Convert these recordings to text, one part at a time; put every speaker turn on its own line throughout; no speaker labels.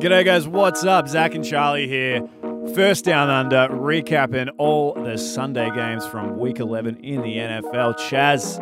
G'day, guys. What's up? Zach and Charlie here. First down under, recapping all the Sunday games from week 11 in the NFL. Chaz,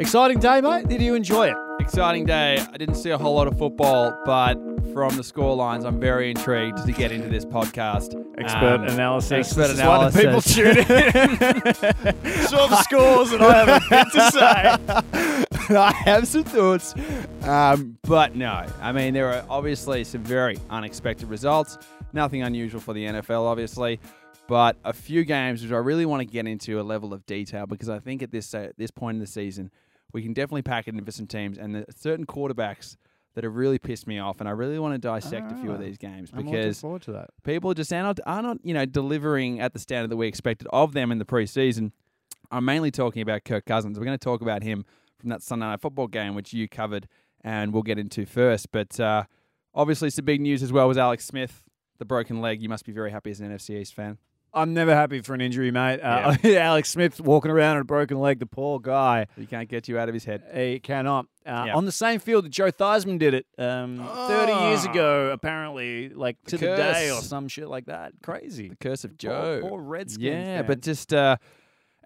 exciting day, mate. Did you enjoy it?
Exciting day. I didn't see a whole lot of football, but from the score lines, I'm very intrigued to get into this podcast.
Expert
Um,
analysis.
Expert
This is why the
analysis.
people tune in. Saw the scores, and I have a bit to say.
I have some thoughts, um, but no. I mean, there are obviously some very unexpected results. Nothing unusual for the NFL, obviously, but a few games which I really want to get into a level of detail because I think at this at this point in the season, we can definitely pack it in for some teams and there's certain quarterbacks that have really pissed me off, and I really want to dissect a few of
Ah,
these games
I'm looking
because
forward to that.
people just are not, are not, you know, delivering at the standard that we expected of them in the preseason. I'm mainly talking about Kirk Cousins. We're going to talk about him from that Sunday night football game, which you covered, and we'll get into first. But uh, obviously, some big news as well was Alex Smith, the broken leg. You must be very happy as an NFC East fan.
I'm never happy for an injury, mate. Uh, Alex Smith walking around on a broken leg, the poor guy.
He can't get you out of his head.
He cannot. Uh,
Yeah.
On the same field that Joe Theismann did it um, 30 years
Ah.
ago, apparently, like to the day or
curse.
some shit like that. Crazy.
The curse of
Poor-
Joe.
Poor Redskins.
Yeah,
man.
but just uh,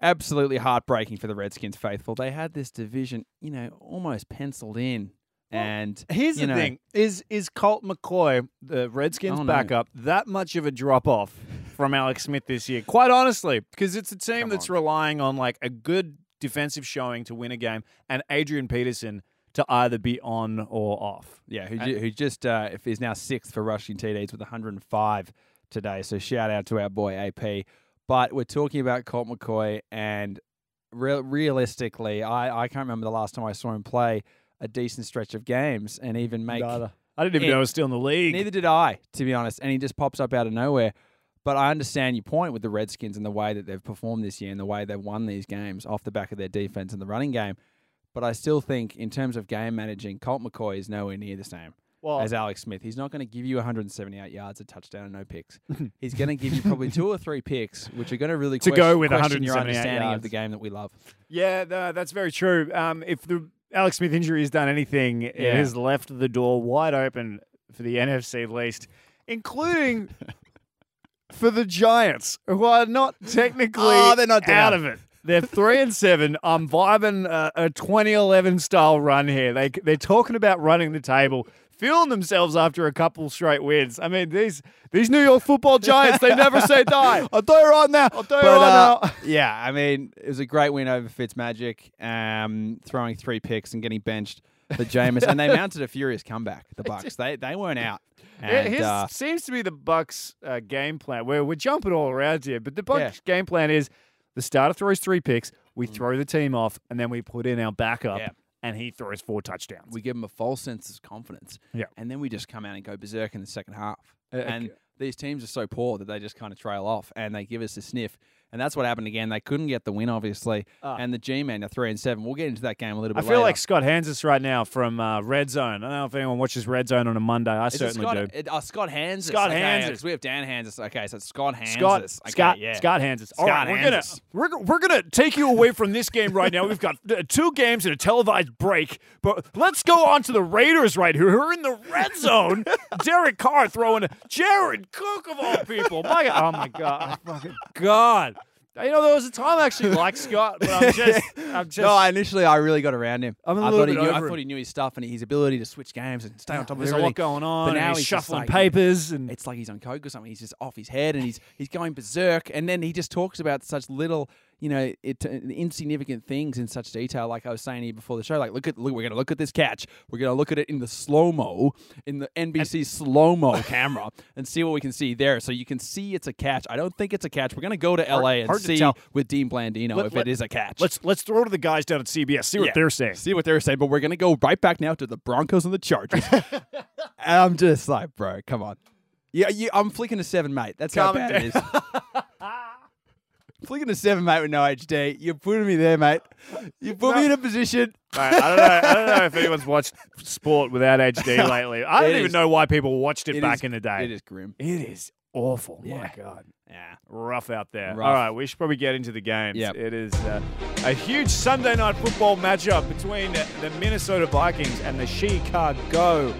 absolutely heartbreaking for the Redskins faithful. They had this division, you know, almost penciled in.
Well,
and
here's
you
the
know,
thing: is is Colt McCoy, the Redskins
Oh, no.
backup, that much of a drop off from Alex Smith this year? Quite honestly, because it's a team
Come
that's relying on like a good defensive showing to win a game, and Adrian Peterson to either be on or off.
Yeah, who, ju- who just uh, if- is now sixth for rushing TDs with 105 today. So shout out to our boy AP. But we're talking about Colt McCoy, and re- realistically, I, I can't remember the last time I saw him play a decent stretch of games and even make.
I didn't even
Yeah.
know he was still in the league.
Neither did I, to be honest. And he just pops up out of nowhere. But I understand your point with the Redskins and the way that they've performed this year and the way they've won these games off the back of their defense and the running game. But I still think, in terms of game managing, Colt McCoy is nowhere near the same
well,
as Alex Smith. He's not going to give you 178 yards, a touchdown, and no picks. He's going to give you probably two or three picks, which are going to really
To
question,
go with
question your
178
understanding
yards.
of the game that we love.
yeah, no, that's very true. Um, if the Alex Smith injury has done anything, it
Yeah.
has left the door wide open for the NFC at least, including. For the Giants, who are not technically
Oh, they're not
out
down.
of it, they're three and seven. I'm vibing a, a 2011 style run here. They they're talking about running the table, feeling themselves after a couple straight wins. I mean these these New York Football Giants, they never say die.
I'll do it right now. uh,
I'll do it right now.
yeah, I mean, it was a great win over Fitzmagic, um, throwing three picks and getting benched for Jameis. and they mounted a furious comeback, the Bucks. They they weren't out.
Yeah,
And,
his
uh,
seems to be the Bucks' uh, game plan. Where we're jumping all around here, but the Bucks' game plan is the starter throws three picks, we throw the team off, and then we put in our backup,
Mm. Yeah.
and he throws four touchdowns.
we give them a false sense of confidence.
Yeah.
And then we just come out and go berserk in the second half.
Uh,
and
okay.
these teams are so poor that they just kind of trail off and they give us a sniff. And that's what happened again. They couldn't get the win, obviously.
Ah.
And the G Men are three and seven. We'll get into that game a little
I
bit
feel
later.
like Scott Hansis right now from uh, Red Zone. I don't know if anyone watches Red Zone on a Monday. I
Is it
certainly
Scott,
do.
It, oh, Scott Hansis.
Scott
okay,
Hansis.
Because we have Dan Hansis. Okay, so it's Scott Hansis.
Scott,
okay,
Scott,
yeah.
Scott Hansis. All right,
Scott
we're gonna
Hansis.
we're, go- we're gonna take you away from this game right now. We've got uh, two games and a televised break, but let's go on to the Raiders right here. Who are in the red zone? Derek Carr throwing a- Jared Cook of all people. My God, oh my God, oh, fucking God. You know, there was a time I actually liked Scott, but I'm just, I'm just.
no, I initially I really got around him.
I'm a
I
little
thought
bit
he knew,
over
I
him.
thought he knew his stuff and his ability to switch games and stay on top of
there's a
everything.
lot going on.
But
and
now
he's,
he's just
shuffling
like-
papers and
it's like he's on coke or something. He's just off his head and he's he's going berserk. And then he just talks about such little, you know, it, insignificant things in such detail. Like I was saying to you before the show, like look at look, we're gonna look at this catch. We're gonna look at it in the slow mo, in the NBC slow mo camera, and see what we can see there. So you can see it's a catch. I don't think it's a catch. We're gonna go to LA and
hard to
see
tell.
with Dean Blandino if
let-
it is a catch.
let's let's throw to the guys down at CBS. See what
Yeah.
they're saying.
See what they're saying, but we're gonna go right back now to the Broncos and the Chargers. and I'm just like, bro, come on. Yeah, you, I'm flicking a seven, mate. That's
Calm
how bad it is. flicking a seven, mate, with no HD. You're putting me there, mate. You put me in a position.
Mate, I don't know. I don't know if anyone's watched sport without HD lately. I don't
It
even
is-
know why people watched it,
It
back
is-
in the day.
It is grim.
It is awful. My
Yeah.
God,
Yeah.
rough out there.
Rough.
All right, we should probably get into the games.
Yep.
It is uh, a huge Sunday night football matchup between the Minnesota Vikings and the Chicago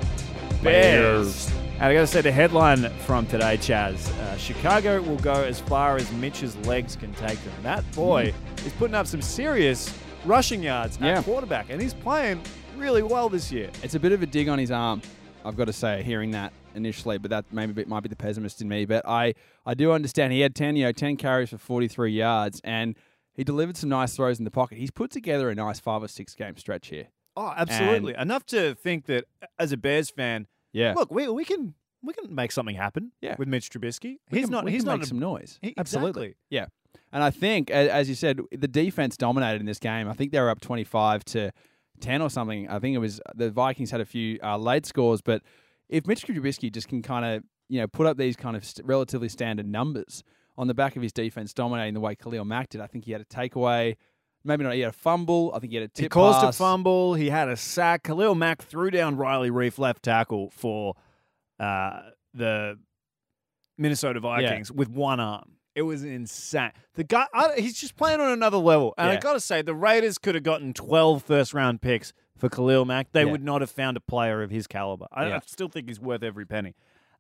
Bears.
Bears.
And I got to say, the headline from today, Chaz uh, Chicago will go as far as Mitch's legs can take them. That boy is putting up some serious rushing yards
Mm. Yeah.
at quarterback, and he's playing really well this year.
It's a bit of a dig on his arm, I've got to say, hearing that initially, but that maybe might be the pessimist in me. But I, I do understand he had 10, you know, 10 carries for 43 yards, and he delivered some nice throws in the pocket. He's put together a nice five or six game stretch here.
Oh, absolutely. Enough to think that uh, as a Bears fan,
Yeah.
look, we, we can we can make something happen
Yeah.
with Mitch Trubisky.
We
he's
can-
not
we
he's
can
not
make
a-
some noise.
he-
Absolutely.
exactly.
Yeah. And I think, a- as you said, the defense dominated in this game. I think they were up 25 to 10 or something. I think it was the Vikings had a few uh, late scores. But if Mitch Trubisky just can kind of, you know, put up these kind of st- relatively standard numbers on the back of his defense dominating the way Khalil Mack did, I think he had a takeaway. Maybe not. He had a fumble. I think he had a tip
He caused
pass.
a fumble. He had a sack. Khalil Mack threw down Riley Reef left tackle for uh, the Minnesota Vikings with one arm. It was insane. The guy, I, he's just playing on another level. And I
Yeah.
got to say, the Raiders could have gotten 12 first round picks for Khalil Mack. They
Yeah.
would not have found a player of his caliber. I, I
Yeah.
still think he's worth every penny.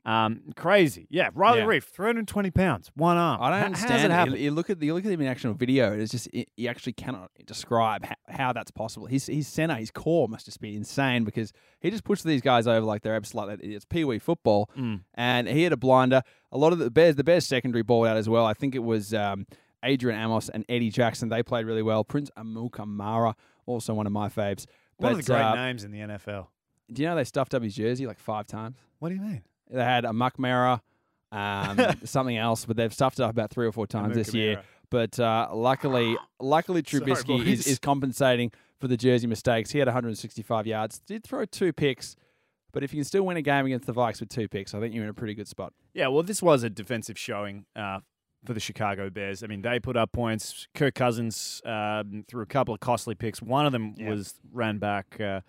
Um, crazy. Yeah, Riley
Yeah.
Reef, 320 pounds, one arm.
I don't
H-
understand.
How's it
it.
happen?
You, you look at the, you look at him in actual video. It's just it, you actually cannot describe how, how that's possible. His his center, his core must just be insane because he just pushes these guys over like they're absolutely it's pee wee football.
Hmm.
And he had a blinder. A lot of the Bears, the Bears secondary ball out as well. I think it was um, Adrian Amos and Eddie Jackson. They played really well. Prince Amukamara, also one of my faves.
One of the great
uh,
names in the NFL.
do you know they stuffed up his jersey like five times?
What do you mean?
They had a Muckmara, um, something else, but they've stuffed it up about three or four times this year.
Muckmara.
But uh, luckily, luckily
Sorry,
Trubisky
boys.
is, is compensating for the jersey mistakes. He had 165 yards, did throw two picks, but if you can still win a game against the Vikes with two picks, I think you're in a pretty good spot.
Yeah, well, this was a defensive showing uh, for the Chicago Bears. I mean, they put up points. Kirk Cousins um, threw a couple of costly picks. One of them was ran back uh,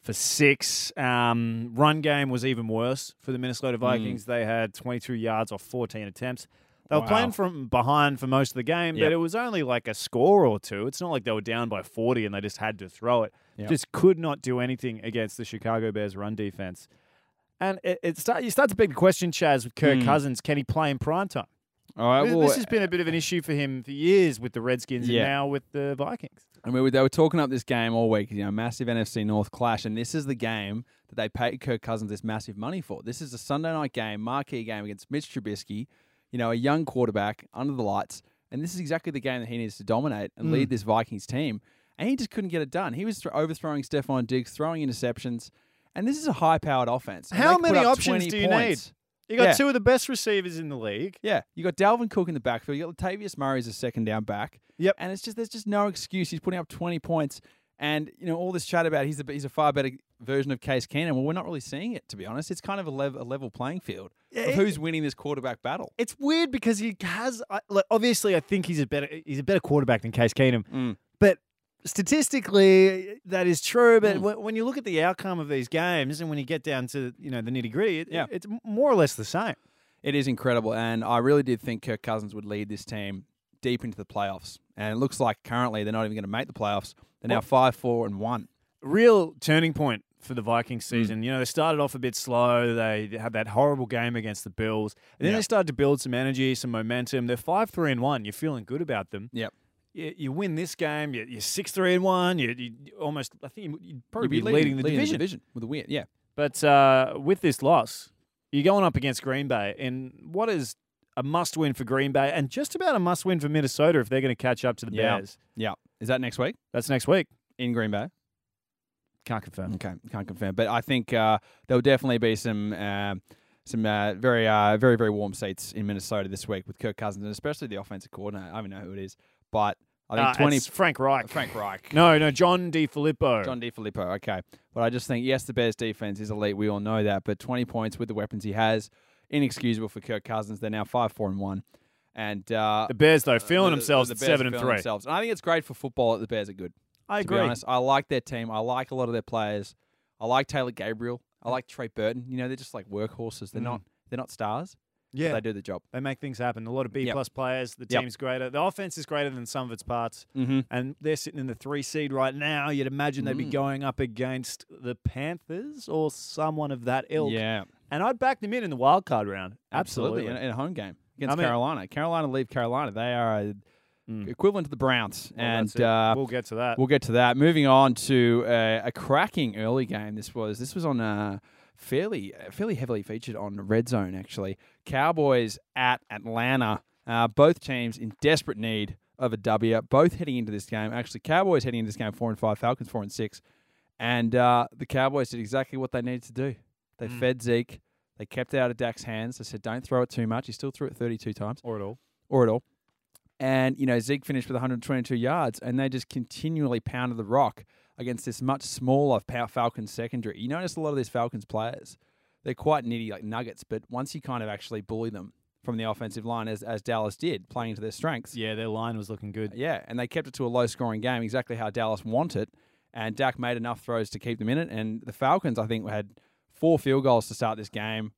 for six. Um, run game was even worse for the
Hmm.
Minnesota Vikings. They had 22 yards off 14 attempts. They were
Wow.
playing from behind for most of the game,
Yep.
but it was only like a score or two. It's not like they were down by 40 and they just had to throw it.
Yep.
Just could not do anything against the Chicago Bears run defense. And it, it start, you start to big question, Chaz, with Kirk
Hmm.
Cousins. Can he play in prime time?
All right,
This,
well,
this has been a bit of an issue for him for years with the Redskins
Yeah.
and now with the Vikings.
I mean, they were talking up this game all week, you know, massive NFC North clash, and this is the game that they paid Kirk Cousins this massive money for. This is a Sunday night game, marquee game against Mitch Trubisky, you know, a young quarterback under the lights, and this is exactly the game that he needs to dominate and
Mm.
lead this Vikings team. And he just couldn't get it done. He was th- overthrowing Stephon Diggs, throwing interceptions, and this is a high-powered offense. and
How
they put
many
up
options
20
do you
points.
You got
Yeah.
two of the best receivers in the league.
Yeah, you got Dalvin Cook in the backfield. You got Latavius Murray as a second down back.
Yep.
and it's just there's just no excuse. He's putting up 20 points, and you know all this chat about he's a he's a far better version of Case Keenum. Well, we're not really seeing it to be honest. It's kind of a, lev- a level playing field
Yeah,
of
it-
who's winning this quarterback battle.
It's weird because he has I- like, obviously I think he's a better he's a better quarterback than Case Keenum,
Mm.
but statistically that is true. But when, when you look at the outcome of these games and when you get down to you know the nitty gritty, it,
Yeah.
it's more or less the same.
It is incredible, and I really did think Kirk Cousins would lead this team deep into the playoffs. And it looks like currently they're not even going to make the playoffs. They're now five, four, and one.
real turning point for the Vikings
Hmm.
season. You know, they started off a bit slow. They had that horrible game against the Bills. And then
Yeah.
they started to build some energy, some momentum. They're 5 3 and 1. You're feeling good about them.
Yep.
You, you win this game, you- you're 6 3 and 1. You, you almost, I think you- you'd probably
You'd
be, leading, the, division.
with a win. Yeah,
But uh, with this loss, you're going up against Green Bay. And what is a must win for Green Bay and just about a must win for Minnesota if they're going to catch up to the
Yeah.
Bears?
yeah. Is that next week
That's next week.
in Green Bay?
Can't confirm.
Okay, can't confirm, but I think uh, there'll definitely be some um some uh, very uh, very very warm seats in Minnesota this week with Kirk Cousins and especially the offensive coordinator. I don't even know who it is, but I think
Uh,
twenty
it's Frank Reich.
Frank Reich,
No, no, John D. Filippo.
John DiFilippo. Okay, but I just think yes, the Bears defense is elite. We all know that, but twenty points with the weapons he has, inexcusable for Kirk Cousins. They're now five four and one, and uh,
the Bears though feeling
the-
themselves
the
at
Bears
seven
are
and
feeling
three.
Themselves. And I think it's great for football that the Bears are good.
I
to be honest. I like their team. I like a lot of their players. I like Taylor Gabriel. I like Trey Burton. You know, they're just like workhorses. They're not they're not stars.
Mm-hmm. Yeah,
But
they,
they do the job.
make things happen. A lot of B
Yep.
plus players. The
Yep.
team's greater. The offense is greater than some of its parts,
Mm-hmm.
and they're sitting in the three seed right now. You'd imagine they'd be
Mm.
going up against the Panthers or someone of that ilk.
Yeah.
and I'd back them in in the wild card round. Absolutely.
in, in a home game against
I mean-
Carolina. Carolina leave Carolina. They are uh
Mm.
equivalent to the Browns,
Well, that's it.
and uh,
we'll get to that.
We'll get to that. Moving on to uh, a cracking early game. This was this was on uh, fairly uh, fairly heavily featured on Red Zone actually. Cowboys at Atlanta. Uh, both teams in desperate need of a W. Both heading into this game. Actually, Cowboys heading into this game four and five. Falcons four and six. And uh, the Cowboys did exactly what they needed to do. They
Mm.
fed Zeke. They kept it out of Dak's hands. They said, "Don't throw it too much." He still threw it 32 times
or at all.
or at all. And, you know, Zeke finished with 122 yards, and they just continually pounded the rock against this much smaller Fal- Falcons secondary. You notice a lot of these Falcons players, they're quite nitty like nuggets, but once you kind of actually bully them from the offensive line, as, as Dallas did, playing to their strengths,
Yeah, their line was looking good.
yeah, and they kept it to a low scoring game, exactly how Dallas wanted. And Dak made enough throws to keep them in it. And the Falcons, I think, had four field goals to start this game.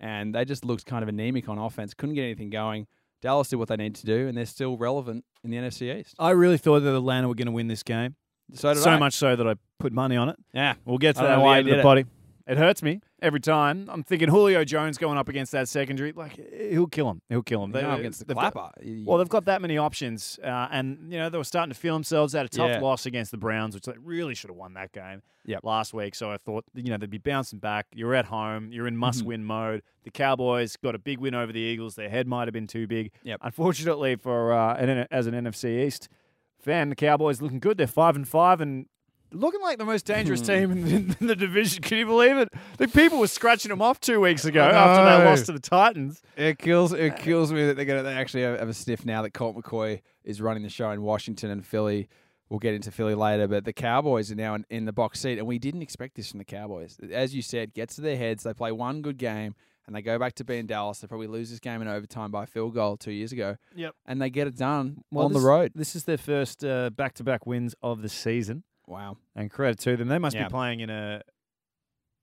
And they just looked kind of anemic on offense, couldn't get anything going. Dallas did what they needed to do, and they're still relevant in the NFC East.
I really thought that Atlanta were going to win this game.
So, did
so
I.
much so that I put money on it.
Yeah.
We'll get to
I don't
that at
know
the
why I
end of
did
the
it.
body. It hurts me every time. I'm thinking Julio Jones going up against that secondary. Like he'll kill him. He'll kill him.
They, against the
they've got-
Clapper. You-
well, they've got that many options, uh, and you know they were starting to feel themselves out. A tough
Yeah.
loss against the Browns, which they really should have won that game
Yep.
last week. So I thought you know they'd be bouncing back. You're at home. You're
Mm-hmm.
in must-win mode. The Cowboys got a big win over the Eagles. Their head might have been too big.
Yep.
Unfortunately for uh, an, as an NFC East fan, the Cowboys looking good. They're five and five and. Looking like the most
Hmm.
dangerous team in the, in the division. Can you believe it? The people were scratching them off two weeks ago after they
know.
lost to the Titans.
It kills
Uh,
it kills me that they're gonna they actually have, have a sniff now that Colt McCoy is running the show in Washington and Philly. We'll get into Philly later, but the Cowboys are now in, in the box seat, and we didn't expect this from the Cowboys. As you said, gets to their heads. They play one good game, and they go back to being Dallas. They probably lose this game in overtime by a field goal two years ago.
Yep.
and they get it done
Well,
on
this-
the road.
This is their first uh, back-to-back wins of the season,
Wow.
and credit to them. They must
Yeah.
be playing in a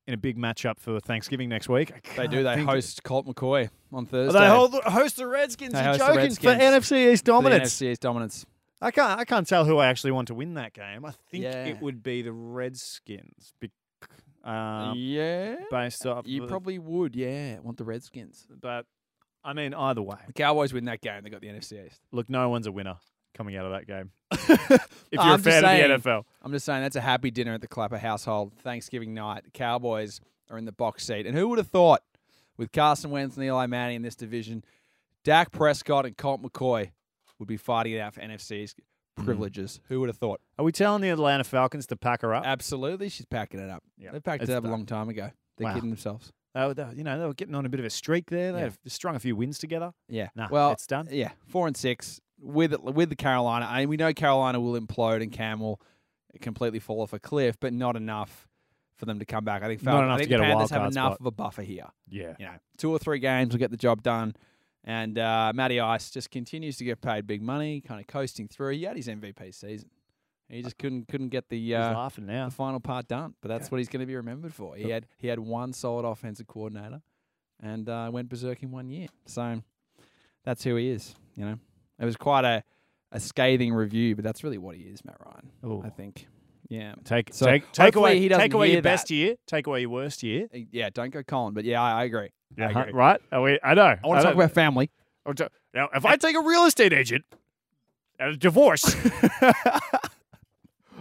in a big matchup for Thanksgiving next week. I
They
can't
do. They
think-
host Colt McCoy on
Oh,
Thursday.
They hold, host the Redskins.
They
You're
host the
joking
Redskins.
for NFC East
For the
dominance.
NFC's dominance.
I can't. I can't tell who I actually want to win that game. I think
Yeah.
it would be the Redskins, bec- um,
yeah,
based off.
you
of-
probably would. Yeah, want the Redskins.
but I mean, either way,
The Cowboys win that game. They got the NFC East.
look, no one's a winner coming out of that game. if
I'm
you're a
just
fan
saying.
of the NFL,
I'm just saying that's a happy dinner at the Clapper household. Thanksgiving night, the Cowboys are in the box seat, and who would have thought, with Carson Wentz and Eli Manning in this division, Dak Prescott and Colt McCoy would be fighting it out for NFC's
Mm-hmm.
privileges. Who would have thought?
are we telling the Atlanta Falcons to pack her up?
Absolutely, she's packing it up.
Yeah,
they packed
it's
it up
done.
a long time ago. They're
Wow.
kidding themselves.
They were, they were- you know, they were getting on a bit of a streak there. They
Yeah.
have strung a few wins together.
Yeah.
Nah,
well,
it's done.
yeah, four and six with with the Carolina. I mean, we know Carolina will implode and Cam will completely fall off a cliff, but not enough for them to come back. I think
Not
Falcon,
enough
I think
to
the
get a wild
Panthers have
card
enough
spot.
of a buffer here.
Yeah.
You know, two or three games will get the job done. And uh, Matty Ice just continues to get paid big money, kind of coasting through. He had his MVP season. He just couldn't couldn't get the
He's
uh,
laughing
the
now.
final part done, but that's what he's going to be remembered for. He had he had one solid offensive coordinator, and uh, went berserk in one year. So that's who he is. You know, it was quite a, a scathing review, but that's really what he is, Matt Ryan.
Ooh.
I think. Yeah,
Take
So
take take
hopefully
away
he doesn't
take away your
hear
best
that.
year, take away your worst year.
Uh, yeah. Don't go Colin, but yeah, I, I agree. I
Uh-huh,
agree.
Right? Are we, I know.
I want to talk
know.
about family.
I wanna talk- now. If I take a real estate agent and a divorce,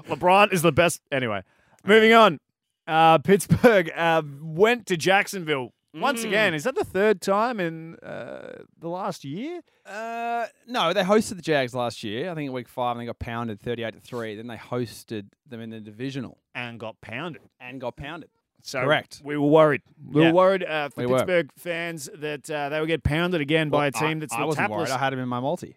LeBron is the best. Anyway, moving on. Uh, Pittsburgh uh, went to Jacksonville once again. Is that the third time in uh, the last year?
Uh, no, they hosted the Jags last year. I think in week five, and they got pounded thirty-eight to three. Then they hosted them in the divisional
And got pounded.
and got pounded.
So
Correct.
We were worried. We
Yeah.
were worried uh, for
We were.
Pittsburgh fans that uh, they would get pounded again by a
Well, I-
team that's
I
still
wasn't
tapless.
worried. I had him in my multi.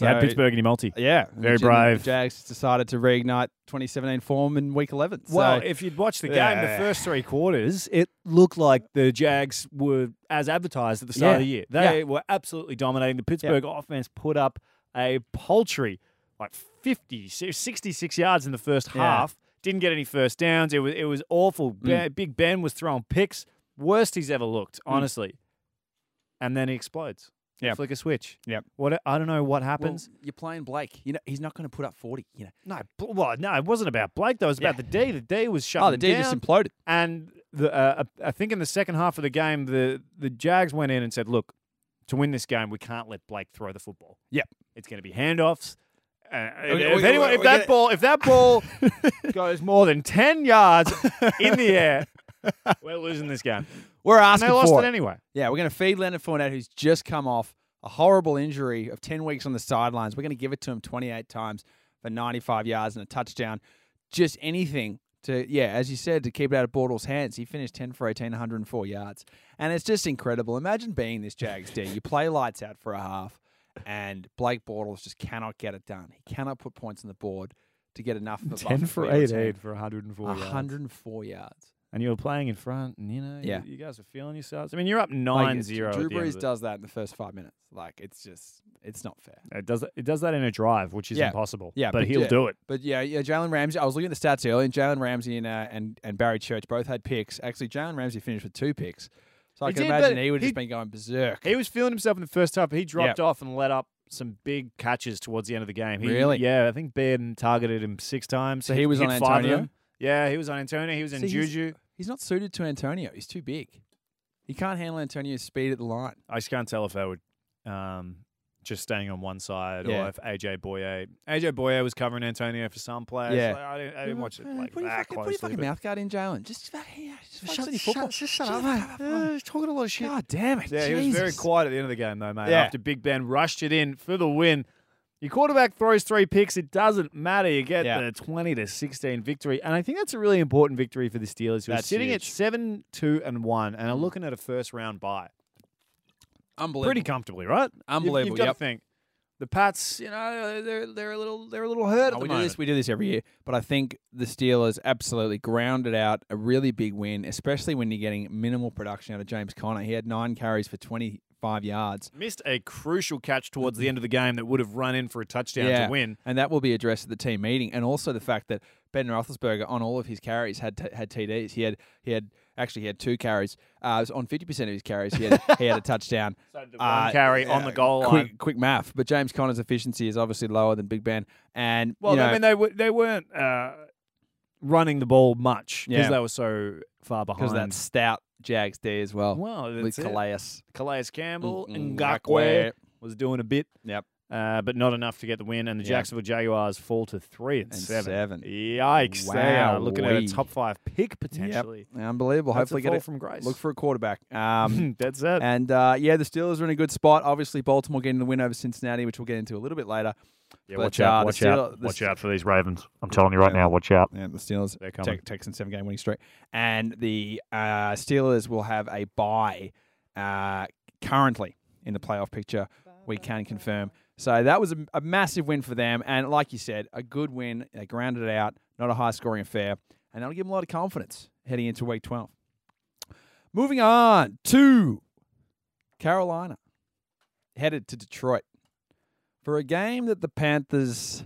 You had Pittsburgh in your multi.
Yeah,
Very
the J-
brave.
The Jags decided to reignite 2017 form in week 11. So
Well, if you'd watched the game,
Yeah.
the first three quarters, it looked like the Jags were as advertised at the start of the
Yeah.
year. They were absolutely dominating. The Pittsburgh offense put up a paltry like 50, 66 yards in the first
Yeah. Mm.
half. Didn't get any first downs. It was it was awful. Ben- Big Ben was throwing picks, worst he's ever looked, honestly. And then he explodes.
Mm. Yeah.
flick a switch.
Yep.
What I don't know what
Well,
happens.
you're playing Blake. You know he's not going to put up 40. You know,
no, bl- well, no, it wasn't about Blake though. It was about the D. The D was shut
oh, the D just imploded.
and the uh, I I think in the second half of the game, the the Jags went in and said, "Look, to win this game, we can't let Blake throw the football.
Yep. Oh,
it's going to be handoffs." Uh, if-
we-
if,
we-
anyone-
we-
if
we
that
get-
ball, if that ball goes more than ten yards in the air, we're losing this game.
We're
And
asking
they lost
for
it
it.
anyway.
Yeah, we're going to feed Leonard Fournette, who's just come off a horrible injury of 10 weeks on the sidelines. We're going to give it to him 28 times for 95 yards and a touchdown. Just anything to, yeah, as you said, to keep it out of Bortles' hands. He finished 10 for 18, 104 yards. And it's just incredible. Imagine being this Jags D. You play lights out for a half, and Blake Bortles just cannot get it done. He cannot put points on the board to get enough. Of a bucket for your team.
for 104
104 yards.
And you were playing in front, and you know,
Yeah.
you, you guys are feeling yourselves. I mean, you're up
Like,
9
it's-
0.
Drew Brees does that in the first five minutes. Like it's just it's not fair.
It does it does that in a drive, which is
Yeah.
impossible.
Yeah,
but,
but
he'll
yeah.
do it.
But yeah, yeah, Jalen Ramsey. I was looking at the stats earlier, and Jalen Ramsey and uh, and and Barry Church both had picks. Actually, Jalen Ramsey finished with two picks, so I
He
can
did,
imagine
but
he would have
he-
just been going berserk.
He was feeling himself in the first half. But he dropped off and let up some big catches towards the end of the game. He,
Really?
Yeah, I think Baird targeted him six times.
So he was
hit
on
five of
Antonio?
them. Yeah, he was on Antonio. He was in
So he's-
Juju.
He's not suited to Antonio. He's too big. He can't handle Antonio's speed at the line.
I just can't tell if they were um, just staying on one side
Yeah.
or if AJ Boye. AJ Boye was covering Antonio for some plays.
Yeah.
Like, I, didn't, I didn't watch it
Uh,
like
put your
that
fucking, put your
closely.
fucking
but-
mouth guard in, Jalen. Just about here. Just focus on your football.
He's talking a lot of shit.
God damn it!
Yeah, he was very
Jesus.
quiet at the end of the game, though, mate.
Yeah.
After Big Ben rushed it in for the win. Your quarterback throws three picks. It doesn't matter. You get
Yeah.
the 20 to 16 victory. And I think that's a really important victory for the Steelers, who are
That's
sitting at
huge.
7 2 and 1 and are looking at a first round bye.
Unbelievable.
Pretty comfortably, right? You've- You've,
Unbelievable,
got
yep.
to think. The Pats, you know, they're, they're, a, little, they're a little hurt at
Oh,
the
we do
moment.
this. We do this every year, but I think the Steelers absolutely grounded out a really big win, especially when you're getting minimal production out of James Conner. He had nine carries for 25 yards,
Missed a crucial catch towards the end of the game that would have run in for a touchdown
Yeah.
to win.
and that will be addressed at the team meeting. And also the fact that Ben Roethlisberger on all of his carries had t- had TDs. He had he had actually he had two carries. Uh, it was on 50% of his carries, he had he had a touchdown.
One
Uh,
carry on the goal line.
Quick, quick math, but James Conner's efficiency is obviously lower than Big Ben. And
Well,
you know,
I mean, they w- they weren't uh, running the ball much because
Yeah.
they were so far behind.
because that stout Jags D as well.
well,
with
that's it.
Calais.
Calais Campbell
Mm,
and
Ngakwe.
Ngakwe was doing a bit,
Yep.
uh, but not enough to get the win. And the
Yeah.
Jacksonville Jaguars fall to three and,
And
seven.
seven.
Yikes! They are looking at a
Wowee.
top five pick potentially.
Unbelievable.
That's a
Hopefully, get
fall
it.
from grace.
Look for a quarterback. Um,
that's it.
and uh, yeah, the Steelers are in a good spot. Obviously, Baltimore getting the win over Cincinnati, which we'll get into a little bit later.
Yeah,
but,
watch
uh, the
out! Watch
Steelers-
out!
the
Watch
Ste-
out for these Ravens. I'm telling you right now. Watch out.
And the Steelers
They're
Tex-
coming.
Texans seven game winning streak, and the uh, Steelers will have a bye uh, currently in the playoff picture. We can confirm. So that was a, a massive win for them, and like you said, a good win. They grounded it out, not a high scoring affair, and that'll give them a lot of confidence heading into Week Twelve. Moving on to Carolina, headed to Detroit for a game that the Panthers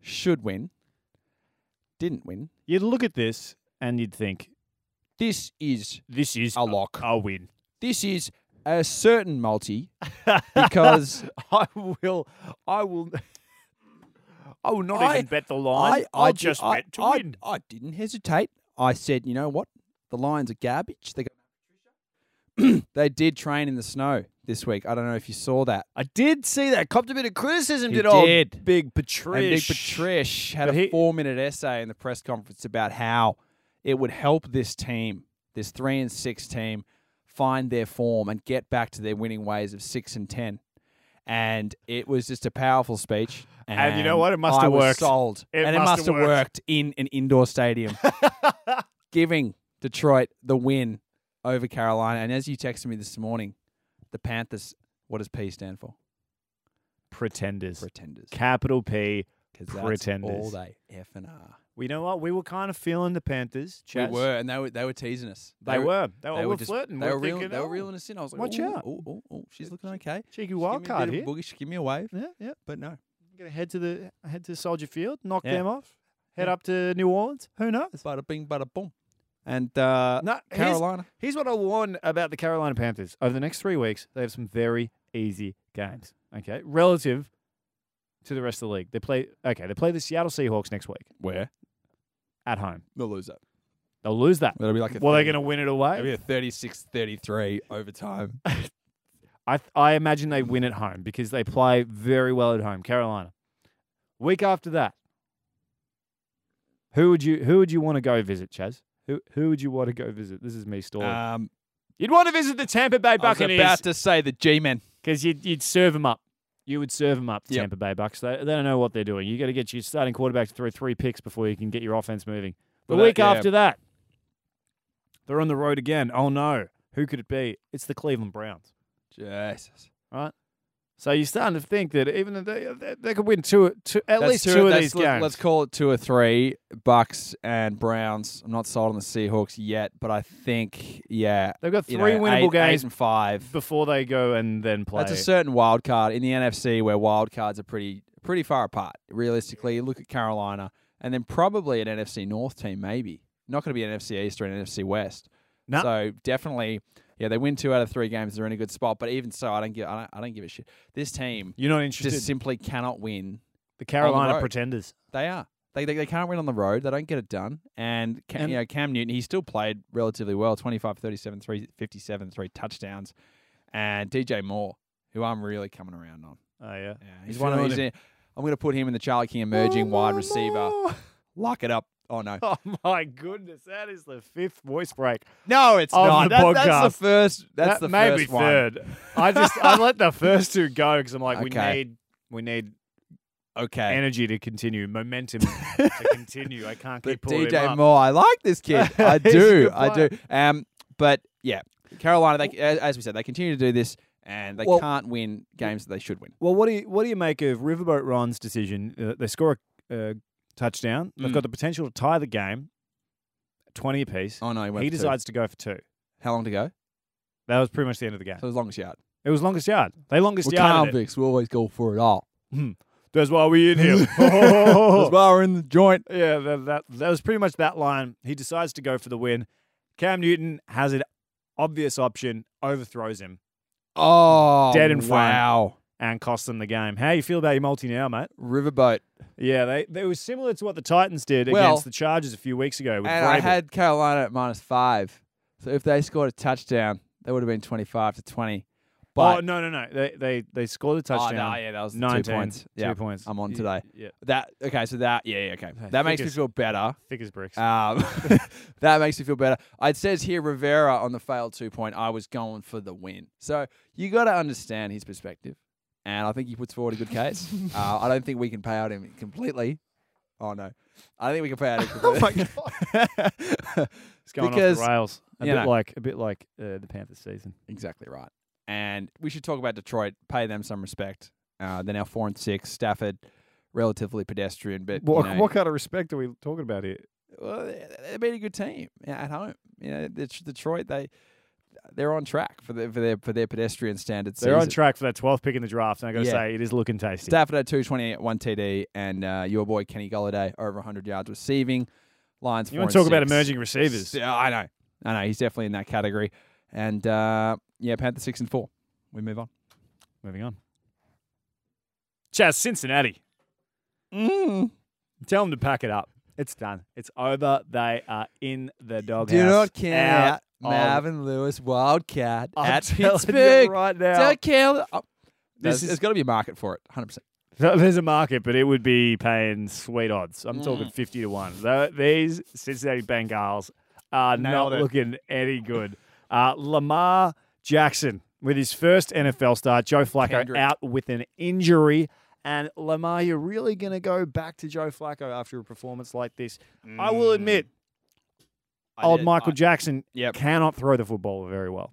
should win, didn't win.
You'd look at this and you'd think
This is
this is
a lock.
I'll win.
This is a certain multi because
I will. I will. I will not
I-
even bet the
I,
line.
I,
I, will
di-
just
I,
bet to
I,
win.
I didn't hesitate. I said, you know what? The Lions are garbage. They go- they did train in the snow this week. I don't know if you saw that.
I did see that. Copped a bit of criticism.
He
did old
did.
Big Patrish?
And Big Patrish had
But
a
he-
four-minute essay in the press conference about how it would help this team, this three and six team, find their form and get back to their winning ways of six and ten. And it was just a powerful speech. And,
And you know what? It must
I
have
was
worked.
Sold.
It must
and it must have
have
worked. in an indoor stadium, giving Detroit the win over Carolina. And as you texted me this morning, the Panthers. What does P stand for?
Pretenders.
Pretenders.
Capital P.
Because that's
Pretenders.
all they effing are.
We know what we were kind of feeling the Panthers. Chaz.
We were, and they were they were teasing us.
They were. They were, we
They were
were
just
flirting.
They
we
were
thinking,
reeling, they were
oh,
reeling us in. I was like,
watch
ooh,
out.
Oh, oh, oh, she's looking okay.
cheeky
She
wild
give me a bit
card
of a
here.
Boogie. She give me a wave.
Yeah, yeah.
But no,
Gonna head to the head to Soldier Field. Knock
Yeah.
them off. Head
Yeah.
up to New Orleans. Who knows?
bada bing, bada boom. And uh,
No, here's-
Carolina.
Here's what I'll warn about the Carolina Panthers. Over the next three weeks, they have some very easy games. Okay. Relative to the rest of the league. They play okay, they play the Seattle Seahawks next week
Where?
at home.
They'll lose that.
They'll lose that.
It'll be like a
Well, they're
30
going to win it
It'll be
away.
a 36-33 overtime.
I, I imagine they win at home because they play very well at home. Carolina. Week after that, who would you who would you want to go visit, Chaz? Who who would you want to go visit? This is me stalling.
Um,
you'd want to visit the Tampa Bay
I was
Buccaneers.
about to say the G-men.
Because you'd, you'd serve them up. You would serve them up, the
Yep.
Tampa Bay Bucks. They, they don't know what they're doing. you got to get your starting quarterback to throw three picks before you can get your offense moving. The
Well, that-
week
yeah.
after that, they're on the road again. Oh, no. Who could it be? It's the Cleveland Browns,
Jesus.
right? So you're starting to think that even if they, they, they could win two, two at
That's
least two of
that's-
these
let-
games.
Let's call it two or three. Bucks and Browns. I'm not sold on the Seahawks yet, but I think yeah,
They've got three
you know,
winnable
eight- eight
games
and five.
before they go and then play.
That's a certain wild card in the NFC where wild cards are pretty pretty far apart. Realistically, you look at Carolina and then probably an NFC North team, maybe not going to be an NFC East or an NFC West.
No.
So definitely, yeah, they win two out of three games. They're in a good spot, but even so, I don't give I don't, I don't give a shit. This team
you're not
just Oh,
interested.
simply cannot win.
the Carolina
road.
Pretenders.
They are. They, they, they can't win on the road. They don't get it done. And, Cam,
And-
you know, Cam Newton, he still played relatively well 25, 37, 3, 57, 3 touchdowns. And DJ Moore, who I'm really coming around on.
Oh, yeah.
Yeah, he's
You're
one of
feeling
these.
him.
I'm going to put him in the Charlie King emerging wide receiver. Lock it up. Oh, no.
Oh, my goodness. That is the fifth voice break.
No, it's
Of
not.
Oh, the
That- that's
podcast.
the first. That's
that
the
may
first
be
one.
third. I just I let the first two go because I'm like, we
Okay.
need we need
Okay.
energy to continue, momentum to continue. I can't keep
But
pulling
DJ
him up.
Moore, I like this kid. I
He's a good
do. I do. Um, but yeah, Carolina, they, as as we said, they continue to do this and they
Well-
can't win games that they should win.
Well, what do you what do you make of Riverboat Ron's decision? Uh, they score a uh, touchdown. They've
Mm.
got the potential to tie the game, twenty apiece.
Oh no, he, went
he
for two.
decides to go for two.
How long to go?
That was pretty much the end of the game.
So as long as you out.
It was longest yard. They longest
Well,
yard.
convicts, we always go for it all.
That's why we in here.
That's why we're in the joint.
Yeah, that, that that was pretty much that line. He decides to go for the win. Cam Newton has an obvious option, overthrows him,
Oh,
Dead in front.
wow.
and costs them the game. How you feel about your multi now, mate?
Riverboat.
Yeah, they they were similar to what the Titans did
Well-
against the Chargers a few weeks ago. With
And I
Vrabel.
had Carolina at minus five. So if they scored a touchdown, they would have been 25 to 20. But
oh no no no, they they they scored a
Oh,
touchdown.
no, yeah, that was the
19,
two points.
Two
Yeah.
points.
I'm on
Y-
today.
Yeah,
That okay, so that yeah, yeah okay.
I
That makes me
think
feel better.
thick as bricks.
Um, that makes me feel better. It says here Rivera on the failed two point. I was going for the win, so you got to understand his perspective, and I think he puts forward a good case. uh, I don't think we can pay out him completely. Oh no, I think we can pay out him. Completely. oh my god,
it's going
because
off the rails. A
you
bit
know.
like a bit like uh, the Panthers season.
Exactly right. And we should talk about Detroit. Pay them some respect. Uh, they're now four and six. Stafford, relatively pedestrian, but you know,
kind of respect are we talking about here?
well, they- they're being a good team yeah, at home. You know, Det- Detroit they they're on track for their for their for their pedestrian standards.
They're on
season.
track for that 12th pick in the draft, and I got to
Yeah.
say it is looking tasty.
Stafford had two twenty eight, one TD, and uh, your boy Kenny Golladay over hundred yards receiving. Lions.
You
four
want to
and
talk about
six.
emerging receivers?
Yeah, I know. I know. He's definitely in that category. And uh, yeah, Panthers six and four. We move on.
Moving on. Chaz, Cincinnati. Mm. Tell them to pack it up. It's done. It's over. They are in the doghouse.
Do not care.
Out of-
Marvin Lewis Wildcat
I'm
at
telling you
Pittsburgh.
right now.
Don't care.
This
Oh, there's
is-
there's got to be a market for it. 100%.
So There's a market, but it would be paying sweet odds.
Mm.
I'm talking 50 to 1. Though These Cincinnati Bengals are
Nailed
not
it.
looking any good. Uh, Lamar Jackson with his first NFL start. Joe Flacco
Kendrick.
out with an injury. And Lamar, you're really going to go back to Joe Flacco after a performance like this. I
Mm,
will admit, old Michael Jackson
Yep.
cannot throw the football very well.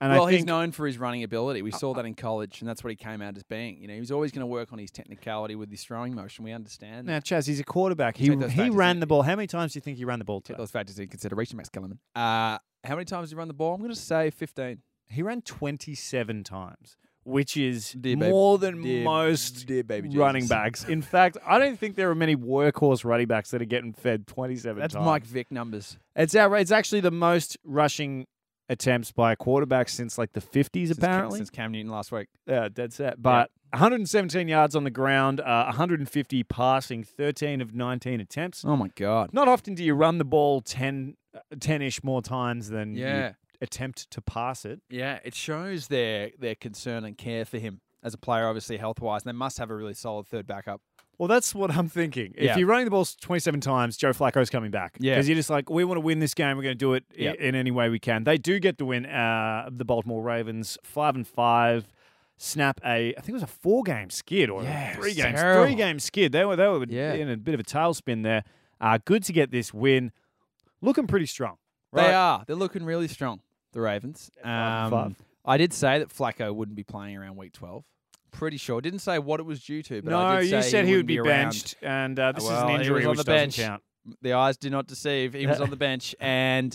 And
well,
I
he's
think Uh,
known for his running ability. We saw that in college, and that's what he came out as being. You know, he was always going to work on his technicality with his throwing motion. We understand.
now, Chaz, he's a quarterback. He
Take those
he
factors
ran
in.
the ball. How many times do you think he ran the ball? Today?
Take those factors into consideration, Max Kellerman. Uh, how many times did he run the ball? I'm going to say 15.
He ran 27 times, which is
Dear babe-
more than
dear-
most
dear baby
running
Jesus.
backs. In fact, I don't think there are many workhorse running backs that are getting fed 27
That's
times.
Mike Vick numbers.
It's, our, it's actually the most rushing attempts by a quarterback since like the 50s,
Since Cam-
apparently.
Since Cam Newton last week.
yeah, dead set. But 117 yards on the ground, uh, 150 passing, 13 of 19 attempts.
Oh, my God.
Not often do you run the ball 10, uh, ten ish more times than you
Yeah.
attempt to pass it.
Yeah, it shows their their concern and care for him as a player, obviously health wise. And they must have a really solid third backup.
Well, that's what I'm thinking. If
Yeah.
you're running the ball 27 times, Joe Flacco's coming back.
Yeah.
Because you're just like, we want to win this game. We're going to do it i-
Yeah.
in any way we can. They do get the win, uh, the Baltimore Ravens, 5 and 5. Snap a, I think it was a four game skid or
Yeah, it
three
was
games,
terrible.
three game skid. They were they were
Yeah.
in a bit of a tailspin there. Uh, good to get this win, looking pretty strong. Right?
They are. They're looking really strong, the Ravens.
five and
Um, I did say that Flacco wouldn't be playing around week 12. Pretty sure. Didn't say what it was due to, but I
no,
did
you
say
said
he,
he would
wouldn't
be
around.
benched, and uh, this is
Well,
an
he
injury
was on
which
the
doesn't
bench.
count.
The eyes do not deceive. He was on the bench. And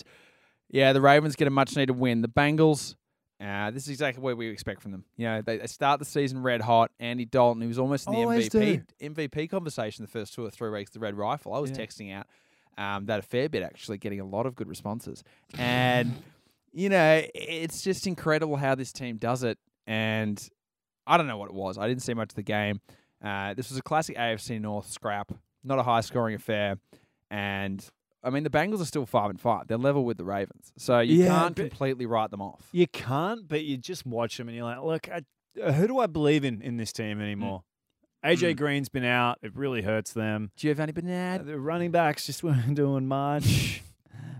yeah, the Ravens get a much needed win. The Bengals, uh, this is exactly what we expect from them. You know, they, they start the season red hot. Andy Dalton, who was almost in the
Always
MVP MVP conversation the first two or three weeks, the Red Rifle. I was texting out um, that a fair bit, actually, getting a lot of good responses. And, you know, it's just incredible how this team does it. And I don't know what it was. I didn't see much of the game. Uh, this was a classic AFC North scrap, not a high scoring affair. And I mean, the Bengals are still five and five. They're level with the Ravens, so you
Yeah,
can't
but-
completely write them off.
You can't, but you just watch them and you're like, look, I, uh, who do I believe in in this team anymore? AJ
Mm.
Green's been out. It really hurts them.
Giovanni
Uh,
Bernard.
The running backs just weren't doing much.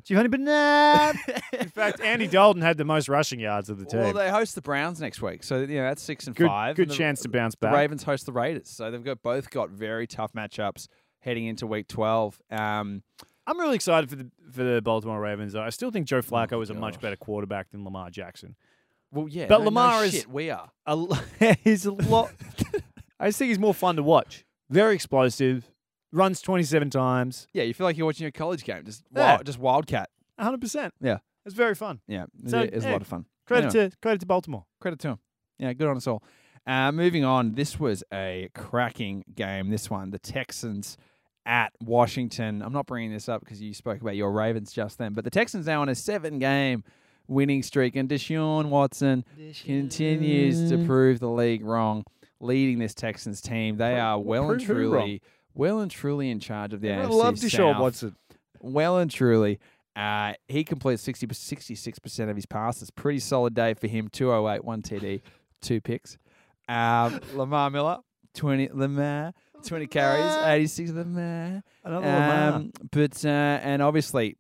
Giovanni Bernard. in fact, Andy Dalton had the most rushing yards of the team.
Well, they host the Browns next week, so you know that's six and
good
five.
good
and the-
chance to bounce
The
back.
Ravens host the Raiders, so they've got both got very tough matchups heading into Week Twelve. Um,
I'm really excited for the for the Baltimore Ravens. Though. I still think Joe Flacco is a much
Oh, gosh.
better quarterback than Lamar Jackson.
well, yeah,
But
no- no
Lamar is-
shit, we are.
A lo- he's a lot. I just think he's more fun to watch. Very explosive. Runs 27 times.
Yeah, you feel like you're watching a college game, just
Yeah.
wild, just wildcat.
100%.
Yeah.
It's very fun.
Yeah, it's,
So,
a- it's a
yeah,
lot of fun.
Credit
Anyway.
to credit to Baltimore.
credit to him. Yeah, good on us all. Uh, moving on, this was a cracking game. This one, the Texans at Washington. I'm not bringing this up because you spoke about your Ravens just then, but the Texans now on a seven-game winning streak, and Deshaun Watson continues to prove the league wrong, leading this Texans team. They are well and
prove who wrong?
truly, well and truly in charge of the
I
AFC
love Deshaun
South
Watson.
well and truly. Uh, he completes 60, 66% of his passes. Pretty solid day for him. 208, one TD, two picks. Um, Lamar Miller, 20, Lamar, 20 carries, 86 Lamar.
Another
Um, but, uh, and obviously,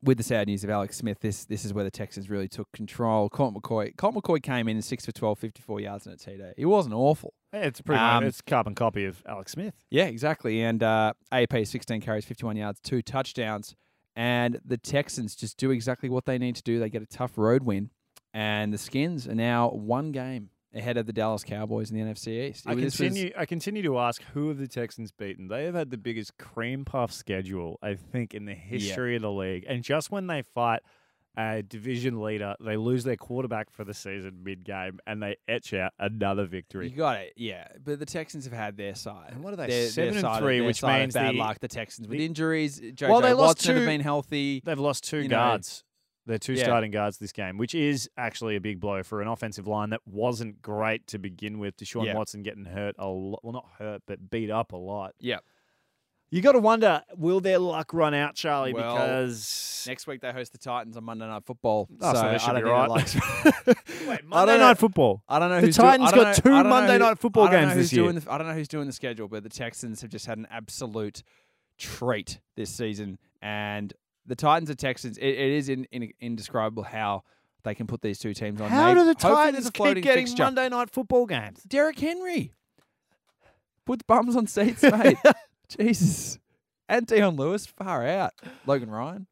with the sad news of Alex Smith, this this is where the Texans really took control. Colt McCoy, Colt McCoy came in 6 for 12, 54 yards and a TD. He wasn't awful.
it's pretty much
um,
it's carbon copy of Alex Smith.
Yeah, exactly. And uh, AP 16 carries, 51 yards, two touchdowns. And the Texans just do exactly what they need to do. They get a tough road win. And the Skins are now one game ahead of the Dallas Cowboys in the NFC East.
I
It- this was-
continue I continue to ask who have the Texans beaten? They have had the biggest cream puff schedule, I think, in the history of the league. And just when they fight a division leader, they lose their quarterback for the season mid game and they etch out another
you
victory.
got it, yeah. But the Texans have had their side.
And what are they,
Their- their
seven and
side of-
three,
their
which
side of
means
bad
the-
luck. The Texans with
the-
injuries. JJ
Well, they lost
Watson have
two-
been healthy.
They've lost two
You know,
guards. Their two
yeah.
starting guards this game, which is actually a big blow for an offensive line that wasn't great to begin with. Deshaun
Yeah.
Watson getting hurt a lot. Well, not hurt, but beat up a lot.
Yeah.
You got to wonder, will their luck run out, Charlie?
Well,
because
Next week they host the Titans on Monday Night Football.
Oh, so they should
I don't
be
think they're like- I
Wait,
don't
Monday
know.
Night Football.
I don't know.
The
who's
Titans
doing, I
got
don't know-
two
I don't know
Monday
who-
night football
I don't know
games
who's
this year.
Doing the, I don't know who's doing the schedule, but the Texans have just had an absolute treat this season, and the Titans and Texans. It, it is in, in, indescribable how they can put these two teams on.
How
They-
do the
hopefully there's
Titans
a
keep
floating
getting
fixture.
Monday Night Football games?
Derrick Henry. Put the bums on seats, mate. Jesus. And Dion Lewis, far out. Logan Ryan.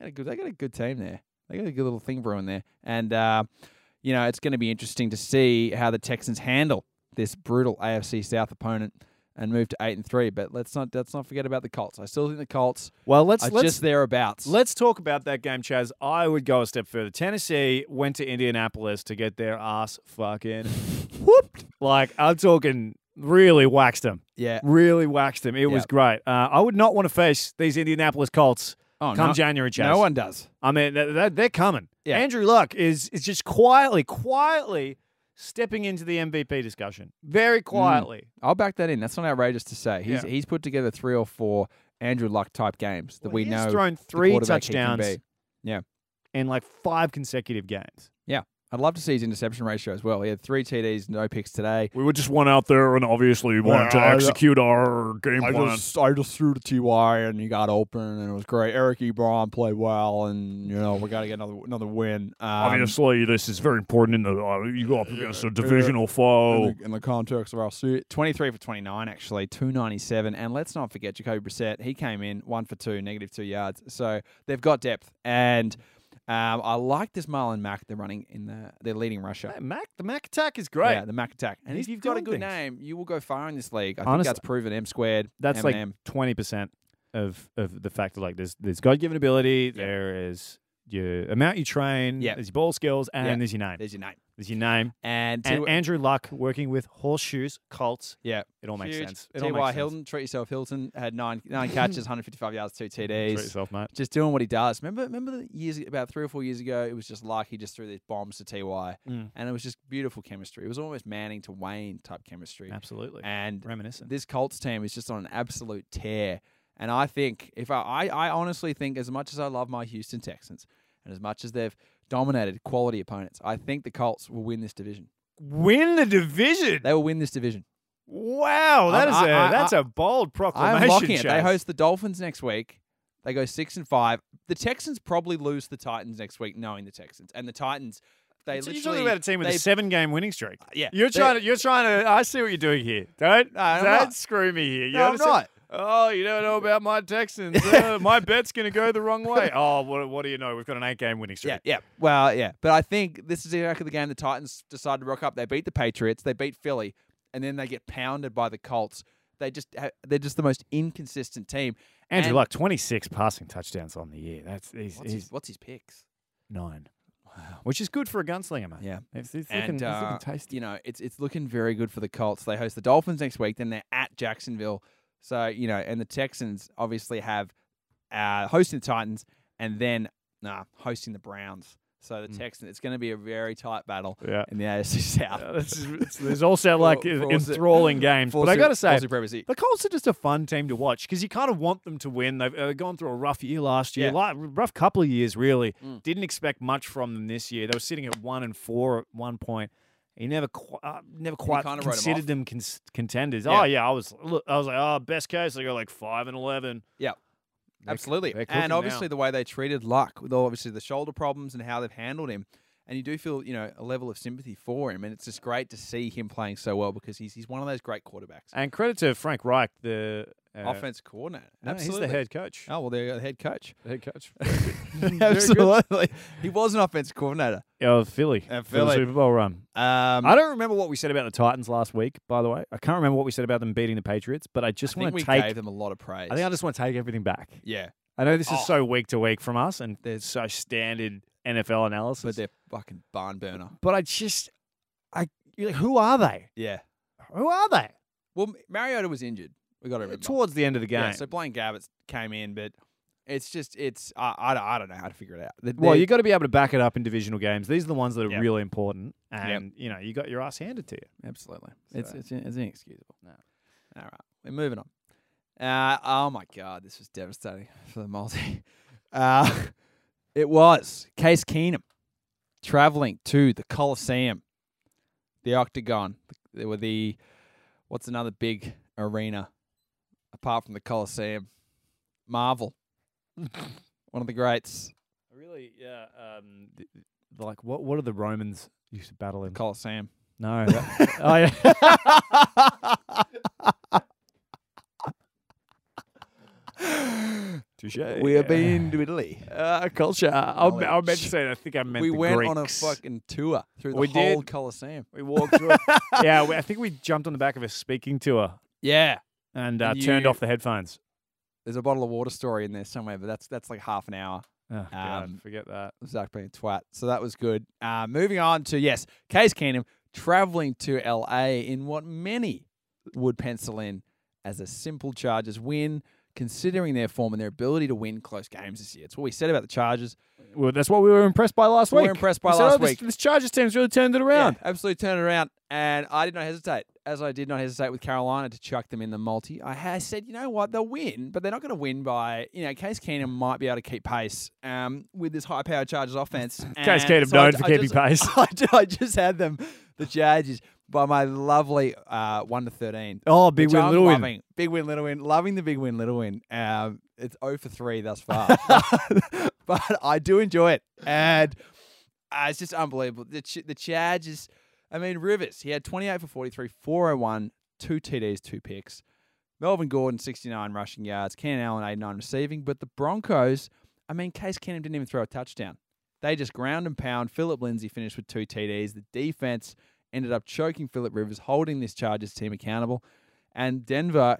They got a good, they got a good team there. They got a good little thing brewing there. And, uh, you know, it's going to be interesting to see how the Texans handle this brutal AFC South opponent and move to eight and three. But let's not let's not forget about the Colts. I still think the Colts
Well, let's
are
let's
just thereabouts.
Let's talk about that game, Chaz. I would go a step further. Tennessee went to Indianapolis to get their ass fucking whooped. Like, I'm talking really waxed them.
yeah.
Really waxed them. It was
Yep.
great. Uh, I would not want to face these Indianapolis Colts
Oh,
come
no,
January, Chaz.
no one does.
I mean, they're, they're- they're coming.
Yeah.
Andrew Luck is, is just quietly, quietly stepping into the MVP
Mm.
discussion. Very quietly.
I'll back that in. That's not outrageous to say. He's he's put together three or four Andrew Luck type games that
Well,
we
he's
know
thrown
the
three
quarterback he can
touchdowns
be. Yeah.
in like five consecutive games.
I'd love to see his interception ratio as well. He had three TDs, no picks today.
We were just one out there, and obviously we
wanted to execute
our game
I just threw to Ty and he got open and it was great. Eric Ebron played well and you know we got to get another another win. Um,
Obviously, this is very important in the uh, you go up against a
divisional
foe.
in the, in the context of our suit. 23 for 29, actually, 297. And let's not forget Jacoby Brissett. He came in one for two, negative two yards. So they've got depth. And um, I like this Marlon Mack they're running in the, they're leading Russia.
Mac, the Mac attack is great.
Yeah, the Mack attack. And
He's
if you've got a good
doing things.
name, you will go far in this league. I
Honestly-
think that's proven M squared.
That's
M
like
M.
twenty percent of of the fact that like there's there's God given ability.
Yeah.
There is your amount you train.
Yeah.
There's your ball skills, and
Yeah.
there's your name.
There's your name.
There's your name.
And,
And
T-
Andrew Luck working with horseshoes, Colts.
yeah,
It all makes
huge.
sense. It all
T.Y.
makes
Hilton, treat yourself. Hilton had nine nine catches, 155 yards, two
sense.
TDs.
Treat yourself, mate.
just doing what he does. Remember, remember the years about three or four years ago, it was just like he just threw these bombs to Ty,
Mm.
and it was just beautiful chemistry. It was almost Manning to Wayne type chemistry.
Absolutely.
And
Reminiscent.
this Colts team is just on an absolute tear. And I think if I, I, I honestly think as much as I love my Houston Texans, and as much as they've dominated quality opponents, I think the Colts will win this division.
Win the division.
They will win this division.
Wow, that
I'm-
is
I-
a
I-
that's
I-
a bold proclamation.
I'm locking it. They
Chase.
host the Dolphins next week. They go six and five. The Texans probably lose the Titans next week, knowing the Texans and the Titans. They
So you're
literally
talking about a team with
they- Uh,
a seven-game winning streak.
yeah.
You're
they-
trying to. You're trying to. I see what you're doing here. Don't.
No, I'm
don't
not.
screw me here. You
No, I'm
understand?
not.
Oh, you don't know about my Texans. Uh, my bet's going to go the wrong way. Oh, what, what do you know? We've got an eight-game winning streak.
Yeah, yeah. Well, yeah. But I think this is exactly the game the Titans decided to rock up. They beat the Patriots. They beat Philly, and then they get pounded by the Colts. They just ha- they're just the most inconsistent team.
Andrew
And-
Luck, 26 passing touchdowns on the year. That's he's,
What's
he's
his, what's his picks?
nine, which is good for a gunslinger, mate.
Yeah.
it's, it's looking,
And
it's looking
uh,
tasty.
you know, it's it's looking very good for the Colts. They host the Dolphins next week, then they're at Jacksonville. So you know, and the Texans obviously have uh, hosting the Titans and then nah, hosting the Browns. So the
Mm.
Texans, it's going to be a very tight battle
Yeah.
in the AFC South.
Uh, this is- it's- there's also like
For- for us-
enthralling games,
For
but I
su-
got to say,
for supremacy.
The Colts are just a fun team to watch because you kind of want them to win. They've uh, gone through a rough year last year,
Yeah.
like, rough couple of years really.
Mm.
Didn't expect much from them this year. They were sitting at one and four at one point. You never, qu- uh, never quite
kinda wrote 'em
considered
off.
them cons- contenders.
Yeah.
Oh yeah, I was, look, I was like, oh, best case they go like five and eleven.
Yeah.
They're c-
Absolutely.
they're cooking
And obviously
now.
the way they treated Luck with all obviously the shoulder problems and how they've handled him. And you do feel, you know, a level of sympathy for him. And it's just great to see him playing so well because he's he's one of those great quarterbacks.
and credit to Frank Reich, the uh,
Offense coordinator.
no,
Absolutely.
he's the head coach.
Oh well, there you go, the head coach.
The head coach
Absolutely, he was an offensive coordinator.
of Philly,
Of
for the
Philly.
Super Bowl run.
Um,
I don't remember what we said about the Titans last week, by the way. I can't remember what we said about them beating the Patriots, but I
I
just
think
want
we
to take.
gave them a lot of praise.
I think I just want to take everything back.
yeah,
I know this is
Oh.
so week to week from us, and there's so standard NFL analysis.
but they're fucking barn burner.
but I just, I you're like, who are they?
Yeah.
Who are they?
Well, Mariota was injured. We got to remember.
Towards the end of the game.
Yeah, so Blaine Gabbert came in, but it's just it's I, I, don't- I don't know how to figure it out. The-
well,
the-
you got to be able to back it up in divisional games. These are the ones that are
Yep.
really important, and you know you got your ass handed to you.
absolutely
So-
it's, it's it's inexcusable.
No.
All right, we're moving on. Uh, oh my god, this was devastating for the multi. Uh, it was Case Keenum traveling to the Coliseum, the Octagon. There were the what's another big arena apart from the Coliseum? Marvel, one of the greats.
Really, yeah. Um, like what? What are the Romans used to battle in?
Coliseum.
No. that- oh, yeah. Touche.
We have been to Italy.
Uh, culture. I,
Knowledge.
I meant to say that. I think I meant
we
the
went
Greeks.
on a fucking tour through the
We
whole
did.
Colosseum.
We walked through. yeah, we, I think we jumped on the back of a speaking tour
Yeah.
and, uh,
And
turned
you-
off the headphones.
There's a bottle of water story in there somewhere, but that's that's like half an hour.
Oh,
Um,
God, forget that.
Zach being a twat. So that was good. Uh, moving on to, yes, Case Keenum traveling to LA in what many would pencil in as a simple Chargers win, considering their form and their ability to win close games this year. It's what we said about the Chargers.
well, that's what we were impressed by last
We were
week.
impressed by
said,
last
"Oh, this-
week."
This Chargers team's really turned it
Yeah,
around.
absolutely turn it around. And I did not hesitate, as I did not hesitate with Carolina to chuck them in the multi. I ha- said, you know what, they'll win, but they're not going to win by, you know, Case Keenum might be able to keep pace um, with this high powered Chargers offense.
Case
And
Keenum
I-
known for
I
keeping
just-
pace.
I, ju- I just had them, the Chargers, by my lovely uh, 1 to 13.
Oh, big
which
win,
I'm
little win.
loving. Big win, little win. Loving the big win, little win. Um, it's 0 for 3 thus far. but, I do enjoy it. And uh, it's just unbelievable. The, Ch- the Chargers, I mean, Rivers, he had 28 for 43, 401, two TDs, two picks. Melvin Gordon, 69 rushing yards. Keenan Allen, 89 receiving. But the Broncos, I mean, Case Keenum didn't even throw a touchdown. They just ground and pound. Philip Lindsay finished with two TDs. The defense ended up choking Philip Rivers, holding this Chargers team accountable. And Denver,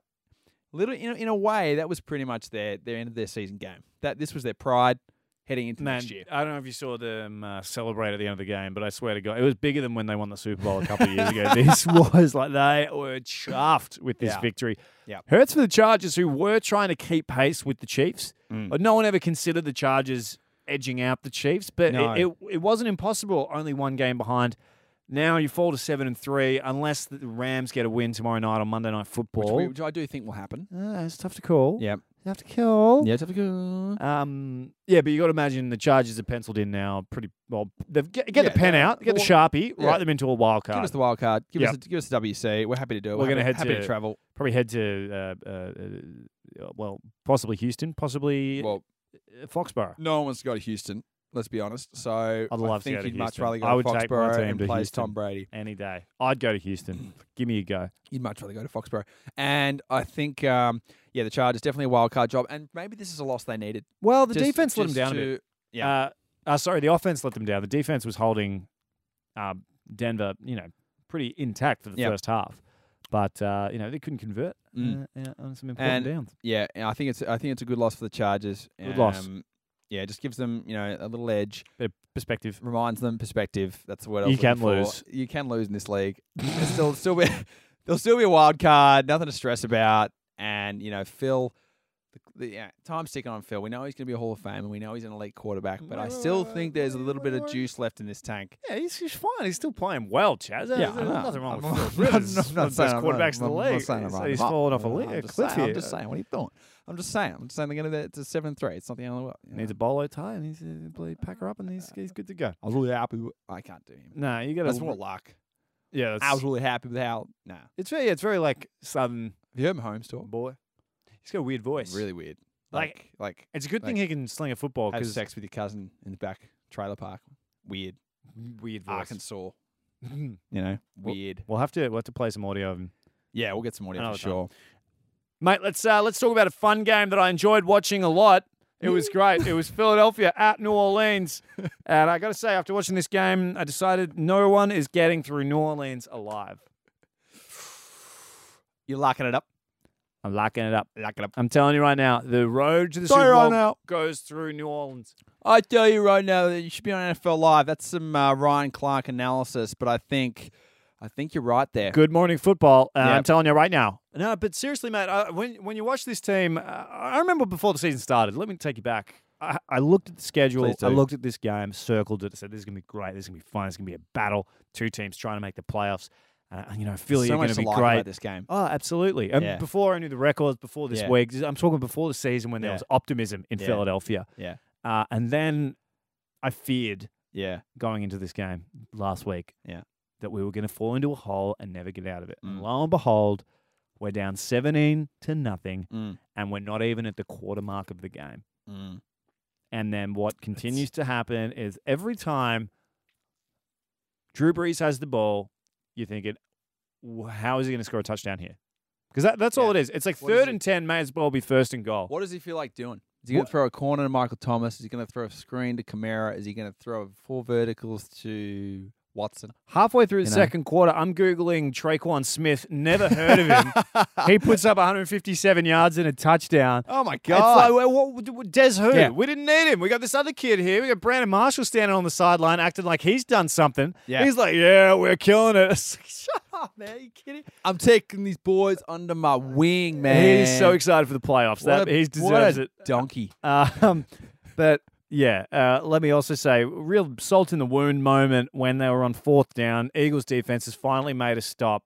little in a, in a way, that was pretty much their their end of their season game. That this was their pride heading into
Man,
next year.
I don't know if you saw them uh, celebrate at the end of the game, but I swear to God, it was bigger than when they won the Super Bowl a couple of years ago. This was like they were chuffed with this
Yeah.
victory.
Yeah.
hurts for the Chargers who were trying to keep pace with the Chiefs,
Mm.
but no one ever considered the Chargers edging out the Chiefs. But
No.
it, it it wasn't impossible. Only one game behind. Now you fall to seven and three, unless the Rams get a win tomorrow night on Monday Night
Which,
Football.
we, which I do think will happen.
Ah, it's tough to call.
Yep.
tough to call.
Yeah, tough to go.
Um, yeah, but you got to imagine the charges are penciled in now. Pretty well. They've get, get
Yeah,
the pen
yeah.
out, get
Well,
the sharpie,
yeah.
write them into a wild
Give us
card.
the wild card. Give
Yep.
us a, give us the WC. We're happy to do it.
We're gonna
happy-
head
happy to,
to-
travel.
Probably head to uh, uh, uh, well, possibly Houston, possibly
Well,
uh, Foxborough.
no one wants to go to Houston. Let's be honest. So
I'd love
I
to
think
go to
you'd much
Houston.
rather go
I would
to
take my
Foxborough
team
and
to
play
Houston.
Tom Brady.
Any day, I'd go to Houston. Give me a go.
You'd much rather go to Foxborough. And I think, um, yeah, the Chargers definitely a wild card job. And maybe this is a loss they needed.
Well, the
Just-
defense let them
just
down a
to-
bit. Uh, uh, sorry, the offense let them down. The defense was holding uh, Denver, you know, pretty intact for the
Yep.
first half, but uh, you know they couldn't convert
Mm.
uh, uh, on some important
And-
downs.
Yeah, and I think it's I think it's a good loss for the Chargers. Um,
Good loss.
Yeah, it just gives them you know a little edge,
Their perspective.
reminds them perspective. That's the word. I
You
was looking
can
for.
lose.
You can lose in this league. There'll still still be there'll still be a wild card. Nothing to stress about. And you know Phil, the, the yeah, time's ticking on Phil. We know he's going to be a Hall of Fame, and we know he's an elite quarterback. But I
Wait, wait,
still
wait, wait,
think there's a
wait,
little bit
wait,
of
wait.
juice left in this tank.
Yeah, he's, he's fine. He's still playing well, Chaz. There's,
Yeah, I
there's
know.
nothing wrong
I'm
with
not-
Phil Rivers.
I'm
He's one of the best
not saying I'm
quarterbacks in the
wrong. I'm not
league.
saying I'm
He's-
wrong.
he's
I'm not.
fallen off a
I'm
league. a
just
cliff
saying,
here.
I'm just saying. What are you doing? I'm just saying. I'm just saying they're going to. It's a seven and three. It's not the only way. you know.
Needs a bolo tie and he's uh, bloody pack her up and he's he's good to go.
I was really happy. With, I can't do him.
Nah, you got
That's
to.
more luck.
yeah,
I was
that's,
really happy with how. Nah.
it's very it's very like southern
Have you heard Mahomes talk?
boy. He's got a weird voice.
Really weird.
Like-
like,
It's a good
Like-
thing he can sling a football
have
because
sex with your cousin in the back trailer park. Weird.
weird voice.
Arkansas.
we'll
You know,
hmm. Well-
weird.
have to we'll have to play some audio of him.
Yeah, we'll get some audio
Another
for
time.
sure.
Mate, let's uh, let's talk about a fun game that I enjoyed watching a lot. It was great. It was Philadelphia at New Orleans, and I got to say, after watching this game, I decided no one is getting through New Orleans alive.
You're locking it up.
I'm locking it up.
Locking it up.
I'm telling you right now, the road to the
Tell you
Super
right
Bowl
now.
goes through New Orleans.
I tell you right now that you should be on NFL Live. That's some uh, Ryan Clark analysis, but I think, I think you're right there.
Good morning, football. Uh, I'm
Yep.
telling you right now. No, but seriously, mate, I, when when you watch this team, uh, I remember before the season started. Let me take you back. I, I looked at the schedule.
Please do.
I looked at this game, circled it. I said, "This is gonna be great. This is gonna be fun. It's gonna be a battle. Two teams trying to make the playoffs. Uh, you know, Philly
so
are
much
gonna
to
be
like
great.
about this game.
Oh, absolutely. And
Yeah.
before I knew the records, before this
Yeah.
week, I'm talking before the season when there
Yeah.
was optimism in
Yeah.
Philadelphia.
Yeah.
Uh, and then I feared
Yeah.
going into this game last week
Yeah.
that we were going to fall into a hole and never get out of it. And
Mm.
lo and behold, we're down 17 to nothing
Mm.
and we're not even at the quarter mark of the game.
Mm.
And then what continues to happen is every time Drew Brees has the ball, you're thinking, "W- how is he going to score a touchdown here? Because that, that's all
Yeah.
it is. It's like
What is
third
it?
and 10 may as well be first and goal.
What does he feel like doing? Is he going
What-
to throw a corner to Michael Thomas? Is he going to throw a screen to Kamara? Is he going to throw four verticals to Watson?
Halfway through the
You know?
second quarter, I'm Googling Traquan Smith. Never heard of him. he puts up 157 yards and a touchdown.
oh my
It's like, well, what, what- Des who?
Yeah.
We didn't need him. We got this other kid here. We got Brandon Marshall standing on the sideline acting like he's done something.
Yeah.
He's like, yeah, we're killing it. It's like, Shut up, man. Are you kidding?
I'm taking these boys under my wing, man.
He's so excited for the playoffs. That, he deserves
what a
it.
Donkey.
Um, but Yeah. Uh, let me also say, real salt in the wound moment when they were on fourth down. Eagles defense has finally made a stop.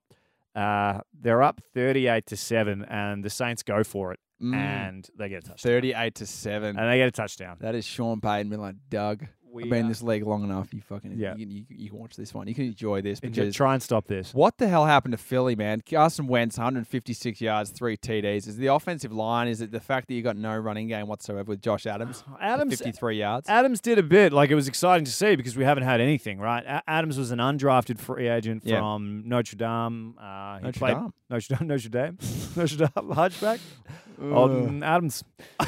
Uh, they're up 38 to 7, and the Saints go for it,
Mm.
and they get a touchdown.
38 to 7.
And they get a touchdown.
That is Sean Payton being like, Doug,
We,
I've been in
uh,
this league long enough. You fucking,
Yeah.
you, you, you can watch this one. You can enjoy this
and
because
try and stop this.
What the hell happened to Philly, man? Carson Wentz, 156 yards, three TDs. Is it the offensive line? Is it the fact that you got no running game whatsoever with Josh Adams? for
Adams- uh,
53 yards.
Adams did a bit. Like it was exciting to see because we haven't had anything, right? A- Adams was an undrafted free agent
Yeah.
from Notre Dame. Uh, he
Notre
played-
Dame?
Notre Dame. Notre Dame. Notre Dame. Hunchback. Alden Adams.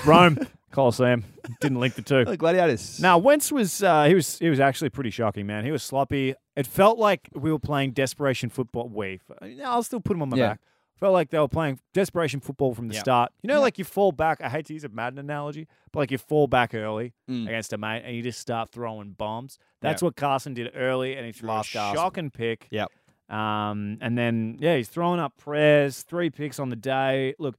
Rome. Coliseum. Didn't link the two.
The Gladiators.
Now Wentz was uh, he was he was actually pretty shocking, man. He was sloppy. It felt like we were playing desperation football. We, I mean, I'll still put him on my
Yeah.
back. Felt like they were playing desperation football from the
Yeah.
start. You know,
Yeah.
like you fall back. I hate to use a Madden analogy, but like you fall back early
Mm.
against a mate, and you just start throwing bombs. That's
Yeah.
what Carson did early, and he threw
Last
a
gasp.
shocking pick.
Yep.
Um, and then yeah, he's throwing up prayers, three picks on the day. Look,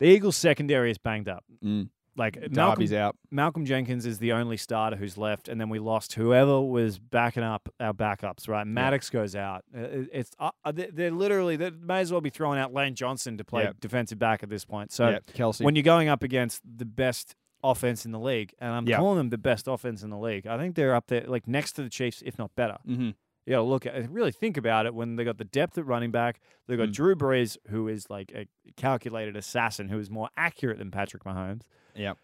the Eagles secondary is banged up.
Mm.
Like Malcolm
Darby's out.
Malcolm Jenkins is the only starter who's left, and then we lost whoever was backing up our backups. Right, Maddox goes out. Uh, it- It's uh, uh, they- they're literally they may as well be throwing out Lane Johnson to play
Yep.
defensive back at this point. So
yeah, Kelsey.
when you're going up against the best offense in the league, and I'm
Yep.
calling them the best offense in the league, I think they're up there like next to the Chiefs, if not better.
mm-hmm.
You got to look at really think about it when they got the depth at running back. They got
Mm.
Drew Brees, who is like a calculated assassin, who is more accurate than Patrick Mahomes.
Yep.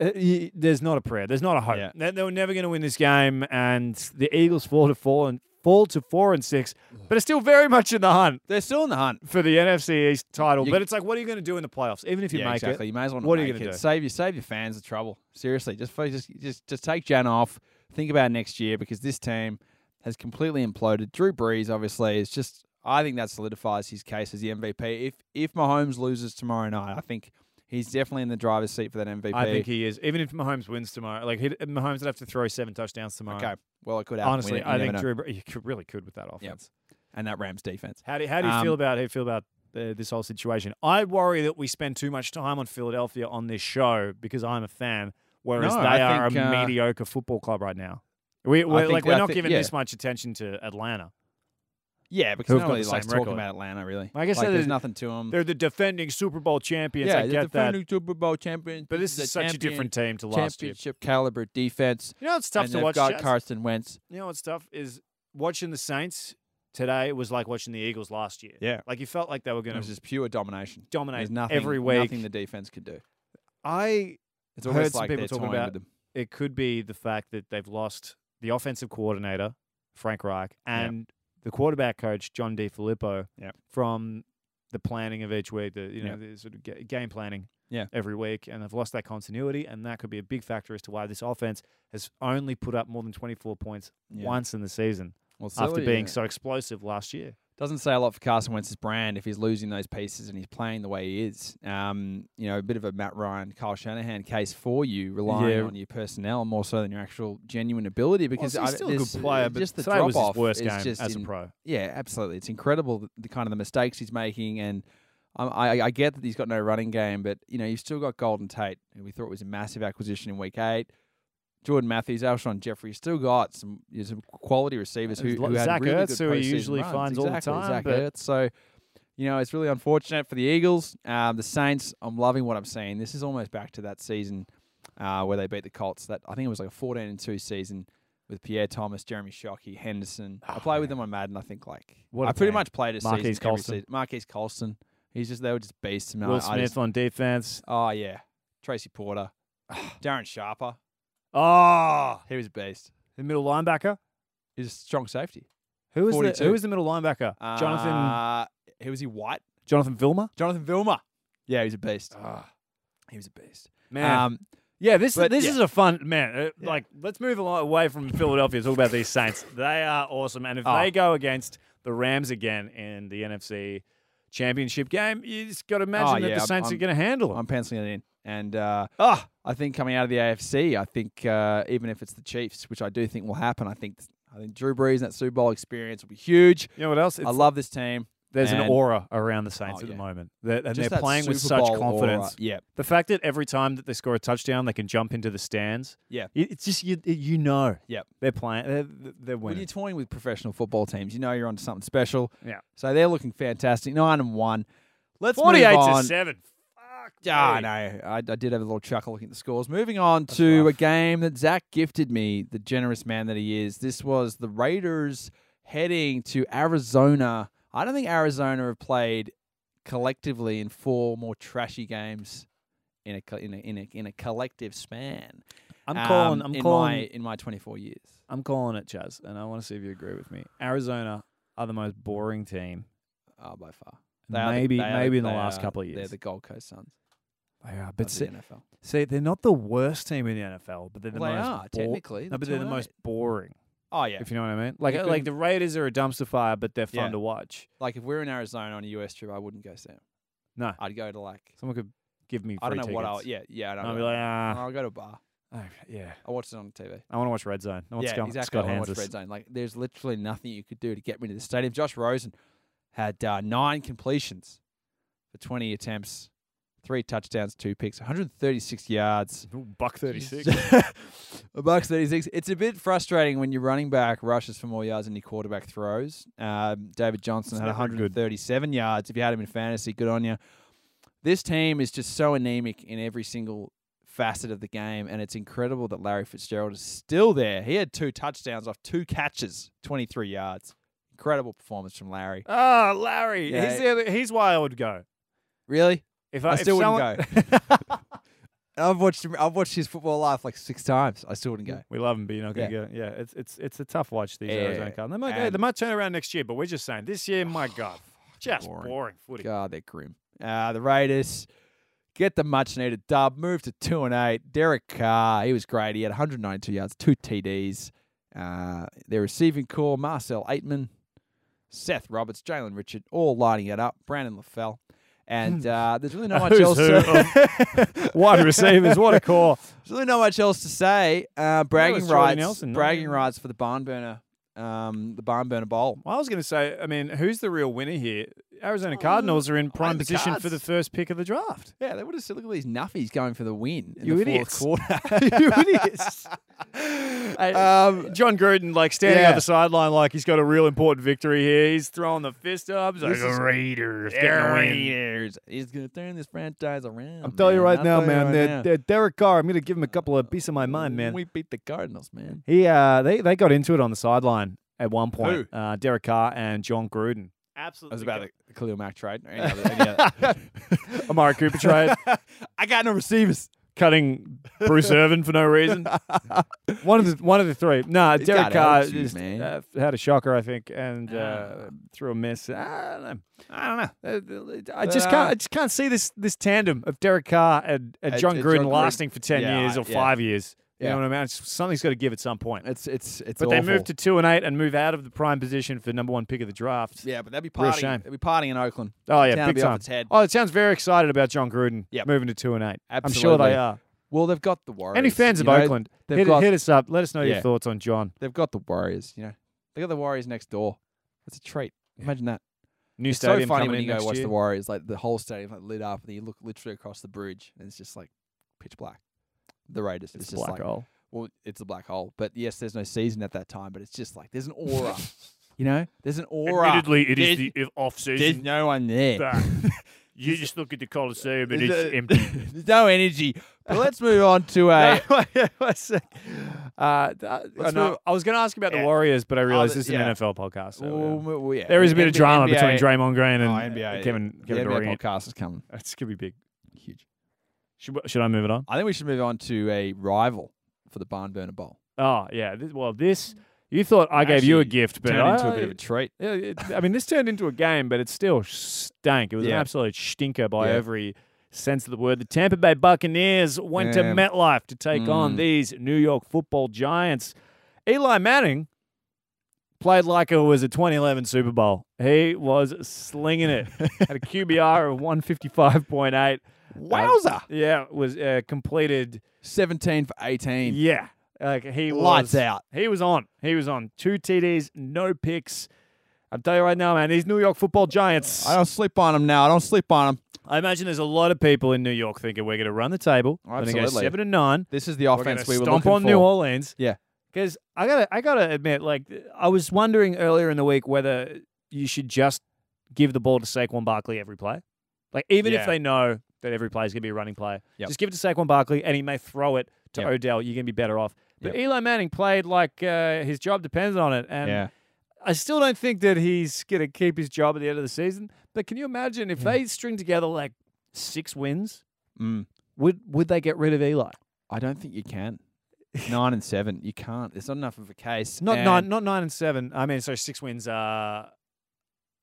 Uh, y- There's not a prayer. There's not a hope.
Yeah.
They, they were never going to win this game, and the Eagles fall to four and fall to four and six, but are still very much in the hunt
They're still in the hunt.
for the NFC East title.
You-
but it's like, what are you going to do in the playoffs? Even if you
yeah,
make
exactly.
it,
You may as well.
What are
not
you
make
gonna
it.
do?
Save you, save your fans the trouble. Seriously, just fo- just just just take Jan off. Think about next year because this team has completely imploded. Drew Brees obviously is just. I think that solidifies his case as the MVP. If if Mahomes loses tomorrow night, I think he's definitely in the driver's seat for that MVP.
I think he is. Even if Mahomes wins tomorrow, like he'd- Mahomes would have to throw seven touchdowns tomorrow.
okay. Well, it could happen. We
Honestly,
don't- you
I
never
think
know.
Drew Brees, you could, really could with that offense.
and that Rams defense.
How do how do you
Um,
feel about how do you feel about uh, this whole situation? I worry that we spend too much time on Philadelphia on this show because I'm a fan, whereas
No,
they
I
are
think,
a
uh,
mediocre football club right now. We, we're
think-
like we're
I
not
thi-
giving
yeah.
this much attention to Atlanta.
Yeah, because
Who've got
nobody
the
likes
same record.
talking about Atlanta really.
I guess
like,
they're
there's
the-
nothing to them.
They're the defending Super Bowl champions. I
they're
get that,
Mm. defending Super Bowl champions.
but this is such a different team to last year.
championship caliber defense.
You know, it's tough
and
to
they've
watch.
got
Jets?
Carson Wentz.
you know what's tough is watching the Saints today was like watching the Eagles last year.
Yeah.
like you felt like they were
It
going
was
to
just pure domination.
dominate
There's nothing
every week.
Nothing the defense could do.
I
It's
Heard
always
some
like
people
they're
talking
toying
about-
with them.
it could be the fact that they've lost the offensive coordinator Frank Reich
Yeah.
and the quarterback coach John D. Filippo
Yeah.
from the planning of each week, the you know
Yeah.
the sort of ga- game planning
Yeah.
every week, and they've lost that continuity, and that could be a big factor as to why this offense has only put up more than twenty four points
Yeah.
once in the season
Well, so, uh,
after being
yeah.
so explosive last year.
Doesn't say a lot for Carson Wentz's brand if he's losing those pieces and he's playing the way he is. Um, you know, a bit of a Matt Ryan, Kyle Shanahan case for you, relying
Yeah.
on your personnel more so than your actual genuine ability. Because
he's
I-
still a good
this- uh,
player, but
just the
today
drop
was his
off
worst
is
game
just
as
in-
a pro.
Yeah, absolutely. It's incredible the, the kind of the mistakes he's making, and um, I, I get that he's got no running game, but you know you've still got Golden Tate, who we thought was a massive acquisition in Week Eight. Jordan Matthews, Alshon Jeffrey, you've still got some you know, some quality receivers who,
There's lo-
who had
Zach
really
Ertz,
good
who he
postseason
usually
runs.
finds all the
Exactly,
time,
Zach
but-
Ertz. So you know it's really unfortunate for the Eagles, um, the Saints. I'm loving what I'm seeing. This is almost back to that season uh, where they beat the Colts. That I think it was like a 14 and two season with Pierre Thomas, Jeremy Shockey, Henderson. I
Oh,
play with
man.
them on Madden. I think like
What a
I pretty
team.
much played a
Marquise
season. every
Colston.
season. Marquise Colston. He's just they were just beasts. Man.
Will
I- I
Smith
just-
on defense.
oh yeah, Tracy Porter,
Ah.
Darren Sharper.
Oh,
He was a beast.
the middle linebacker.
He's a strong safety.
Who is the
42.
who is the middle linebacker? Jonathan
Uh, who was he? White.
Jonathan Vilma.
Jonathan Vilma. Yeah, he was a beast. He was a beast.
Ah. Man,
Um,
yeah, this
but
this
yeah.
is a fun man. uh,
Yeah.
Like, let's move along, away from Philadelphia. and Talk about these Saints. They are awesome, and if
Oh.
they go against the Rams again in the NFC Championship game, you just got to imagine that
Oh, yeah,
the
I'm-
Saints are
I'm-
going to handle them.
I'm penciling it in, and uh,
Ah,
I think coming out of the AFC, I think uh, even if it's the Chiefs, which I do think will happen, I think I think Drew Brees and that Super Bowl experience will be huge.
you know what else?
I
It's,
love this team.
There's an
And-
aura around the Saints
Oh,
at the
yeah.
moment, That- and
Just
they're
that
playing with
Super
such
Bowl aura.
confidence.
Yeah,
The fact that every time that they score a touchdown, they can jump into the stands.
yeah.
It- It's just you, it- you know.
Yep.
They're playing. They're, they're
When you're
winning.
toying with professional football teams, you know you're onto something special.
Yeah.
So they're looking fantastic. Nine and one. Let's
Forty-eight
move
to
on.
seven. Fuck.
Ah,
me.
no, I, I did have a little chuckle looking at the scores. Moving on to
rough.
a game that Zach gifted me, the generous man that he is. This was the Raiders heading to Arizona. I don't think Arizona have played collectively in four more trashy games in a co- in a, in a, in a collective span.
I'm
um,
calling. I'm
in
calling.
my in my 24 years.
I'm calling it, Chaz, and I want to see if you agree with me. Arizona are the most boring team.
Oh, by far. are the-
maybe,
they are
maybe in the
they
last
are-
couple of
they're
years.
the Gold Coast Suns
They are,
but
but see,
the NFL.
see, they're not the worst team in the NFL, but they're the
Well, they
most
are
bo-
technically.
No,
They're
but they're
two
the
and
most
eight.
boring.
Oh yeah.
If you know what I mean, like
You
like
couldn't-
the Raiders are a dumpster fire, but they're fun
Yeah.
to watch.
Like if we're in Arizona on a US trip, I wouldn't go see 'em.
No.
I'd go to like
Someone could give me. Free
I don't know what I'll.
tickets.
Yeah, yeah. I don't
And I'll
know.
be like, ah,
I'll go to a bar.
oh, yeah.
I watched it on TV.
I want to watch Red Zone. I want
yeah,
Scott,
exactly.
Scott
I wanna
Hansis.
watch Red Zone. Like, there's literally nothing you could do to get me to the stadium. Josh Rosen had uh, nine completions for 20 attempts, three touchdowns, two picks, 136 yards.
Ooh, Buck thirty six.
a bucks 36. It's a bit frustrating when your running back rushes for more yards than your quarterback throws. Um, David Johnson
It's
had
never good.
137 yards. If you had him in fantasy, good on you. This team is just so anemic in every single facet of the game, and it's incredible that Larry Fitzgerald is still there. He had two touchdowns off two catches, 23 yards. Incredible performance from Larry.
Ah, Larry.
Yeah.
He's the other, he's why I would go.
Really?
If
I
if
still wouldn't
someone-
And I've watched him. I've watched his football life like six times. I still wouldn't go.
We love them, but you're not going to
Yeah.
get. Yeah, it's it's it's a tough watch these
Yeah,
Arizona
yeah,
Cardinals. They might go- they
and-
might turn around next year, but we're just saying this year, my God, just boring,
boring.
footy.
God, they're grim. Uh, the Raiders get the much needed dub, move to two and eight. Derek Carr, he was great. He had 192 yards, two TDs. Uh, their receiving core, Marcel Aitman, Seth Roberts, Jalen Richard, all lighting it up. Brandon LaFell. And uh, there's really not much
Hmm. Who's
else.
who Oh.
To,
Wide receivers, what a core!
there's really not much else to say. Uh, bragging
Jordy
rights,
Nelson, no?
bragging rights for the Barnburner, um, the Barnburner Bowl.
Well, I was going to say, I mean, who's the real winner here? Arizona Cardinals are in prime
Oh, the
position for
Cards.
the first pick of the draft.
Yeah, they would have said, look at these nuffies going for the win in
You
the
idiots.
fourth quarter.
you idiots!
um,
John Gruden, like standing
Yeah.
on the sideline, like he's got a real important victory here. He's throwing the fist up. He's like,
This is-
Raiders,
Aaron
getting a win.
Rodgers is going to turn this franchise around.
I'm telling you right
I'll
now,
tell
man.
right
they're,
now.
they're Derek Carr. I'm going to give him a couple of piece of my mind, man.
We beat the Cardinals, man.
He uh, they they got into it on the sideline at one point. Uh, Derek Carr and John Gruden.
That
Absolutely.
was about the Khalil Mack trade. Or any other, any other.
Amari Cooper trade,
I got no receivers.
cutting Bruce Irvin for no reason. One of the one of the three. Nah,
He's
Derek
got
Carr
attitude,
just,
man.
uh, had a shocker, I think, and uh,
Ah.
threw a miss. I don't know. Uh, I don't know. I
But,
just
uh,
can't. I just can't see this this tandem of Derek Carr and, and
And-
John
and
Gruden
Uh, John Gruden.
lasting for ten
Yeah,
years or
yeah.
five years. You
Yeah.
know what I mean? It's- something's got to give at some point.
It's it's it's.
But they
awful.
move to two and eight and move out of the prime position for number one pick of the draft.
yeah, but they'd be
Real
partying.
shame.
They'd be partying in Oakland.
Oh yeah,
Town will
big
be off
time.
its head.
Oh, it sounds very excited about John Gruden
Yep.
moving to two and eight. I'm sure
Absolutely.
they are.
Well, they've got the Warriors.
Any fans
you
of
know?
Oakland,
they've
hit,
got-
hit us up. Let us know your
Yeah.
thoughts on John.
They've got the Warriors. You know, they got the Warriors next door. That's a treat. Imagine that.
New
It's so
stadium
funny
coming
when
in
you go
next
watch
year.
the Warriors, like the whole stadium like lit up, and you look literally across the bridge, and it's just like pitch black. The Raiders, it's,
It's,
just
black
like,
hole.
well, it's a black hole. But yes, there's no season at that time, but it's just like there's an aura, you know, there's an aura.
it
is
the off
there's no one there.
You just look at the Coliseum
There's no- there's no energy. But let's move on to a.
uh, th- I,
Let's
know-
move-
I was going to ask about the
Yeah.
Warriors, but I realized
Other-
this is
yeah.
an NFL podcast. so, yeah.
Well, well, yeah,
There is a bit of
NBA
drama between
NBA
Draymond Green and
Oh,
NBA,
NBA,
Kevin
The
Kevin
NBA
Durant.
podcast is coming
It's gonna be big.
huge.
Should, should I move it on?
I think we should move on to a rival for the Barnburner Bowl.
Oh yeah. This, well, this you thought I gave you a
Actually
gift, but
Turned
I,
into a bit of a treat.
Yeah, it- I mean, this turned into a game, but it still stank. It was an
Yeah.
absolute stinker by
Yeah.
every sense of the word. The Tampa Bay Buccaneers went to
Yeah.
MetLife to take on
Mm.
these New York Football Giants. Eli Manning played like it was a 2011 Super Bowl. He was slinging it. Had a QBR of 155.8.
Uh, Wowza!
Yeah, was uh, completed.
17 for 18.
Yeah, like he was
Lights out.
He was on. He was on. Two TDs, no picks. I'm telling you right now, man, these New York football giants.
I don't sleep on them now. I don't sleep on them.
I imagine there's a lot of people in New York thinking we're going to run the table. We're going to go
Absolutely.
seven and nine.
This is the
We're going to
offense we were
stomp
looking
on
for.
New Orleans.
Yeah.
Because I gotta, I gotta admit, like I was wondering earlier in the week whether you should just give the ball to Saquon Barkley every play, like even
Yeah.
if they know that every play is gonna be a running play,
Yep.
just give it to Saquon Barkley and he may throw it to
Yep.
Odell. You're gonna be better off. But Eli Manning played like uh, his job depends on it, and
yeah.
I still don't think that he's gonna keep his job at the end of the season. But can you imagine if they string together like six wins?
Mm.
Would would they get rid of Eli?
I don't think you can. Nine and seven, you can't. It's not enough of a case.
Not
And-
nine, not nine and seven. I mean, so six wins uh,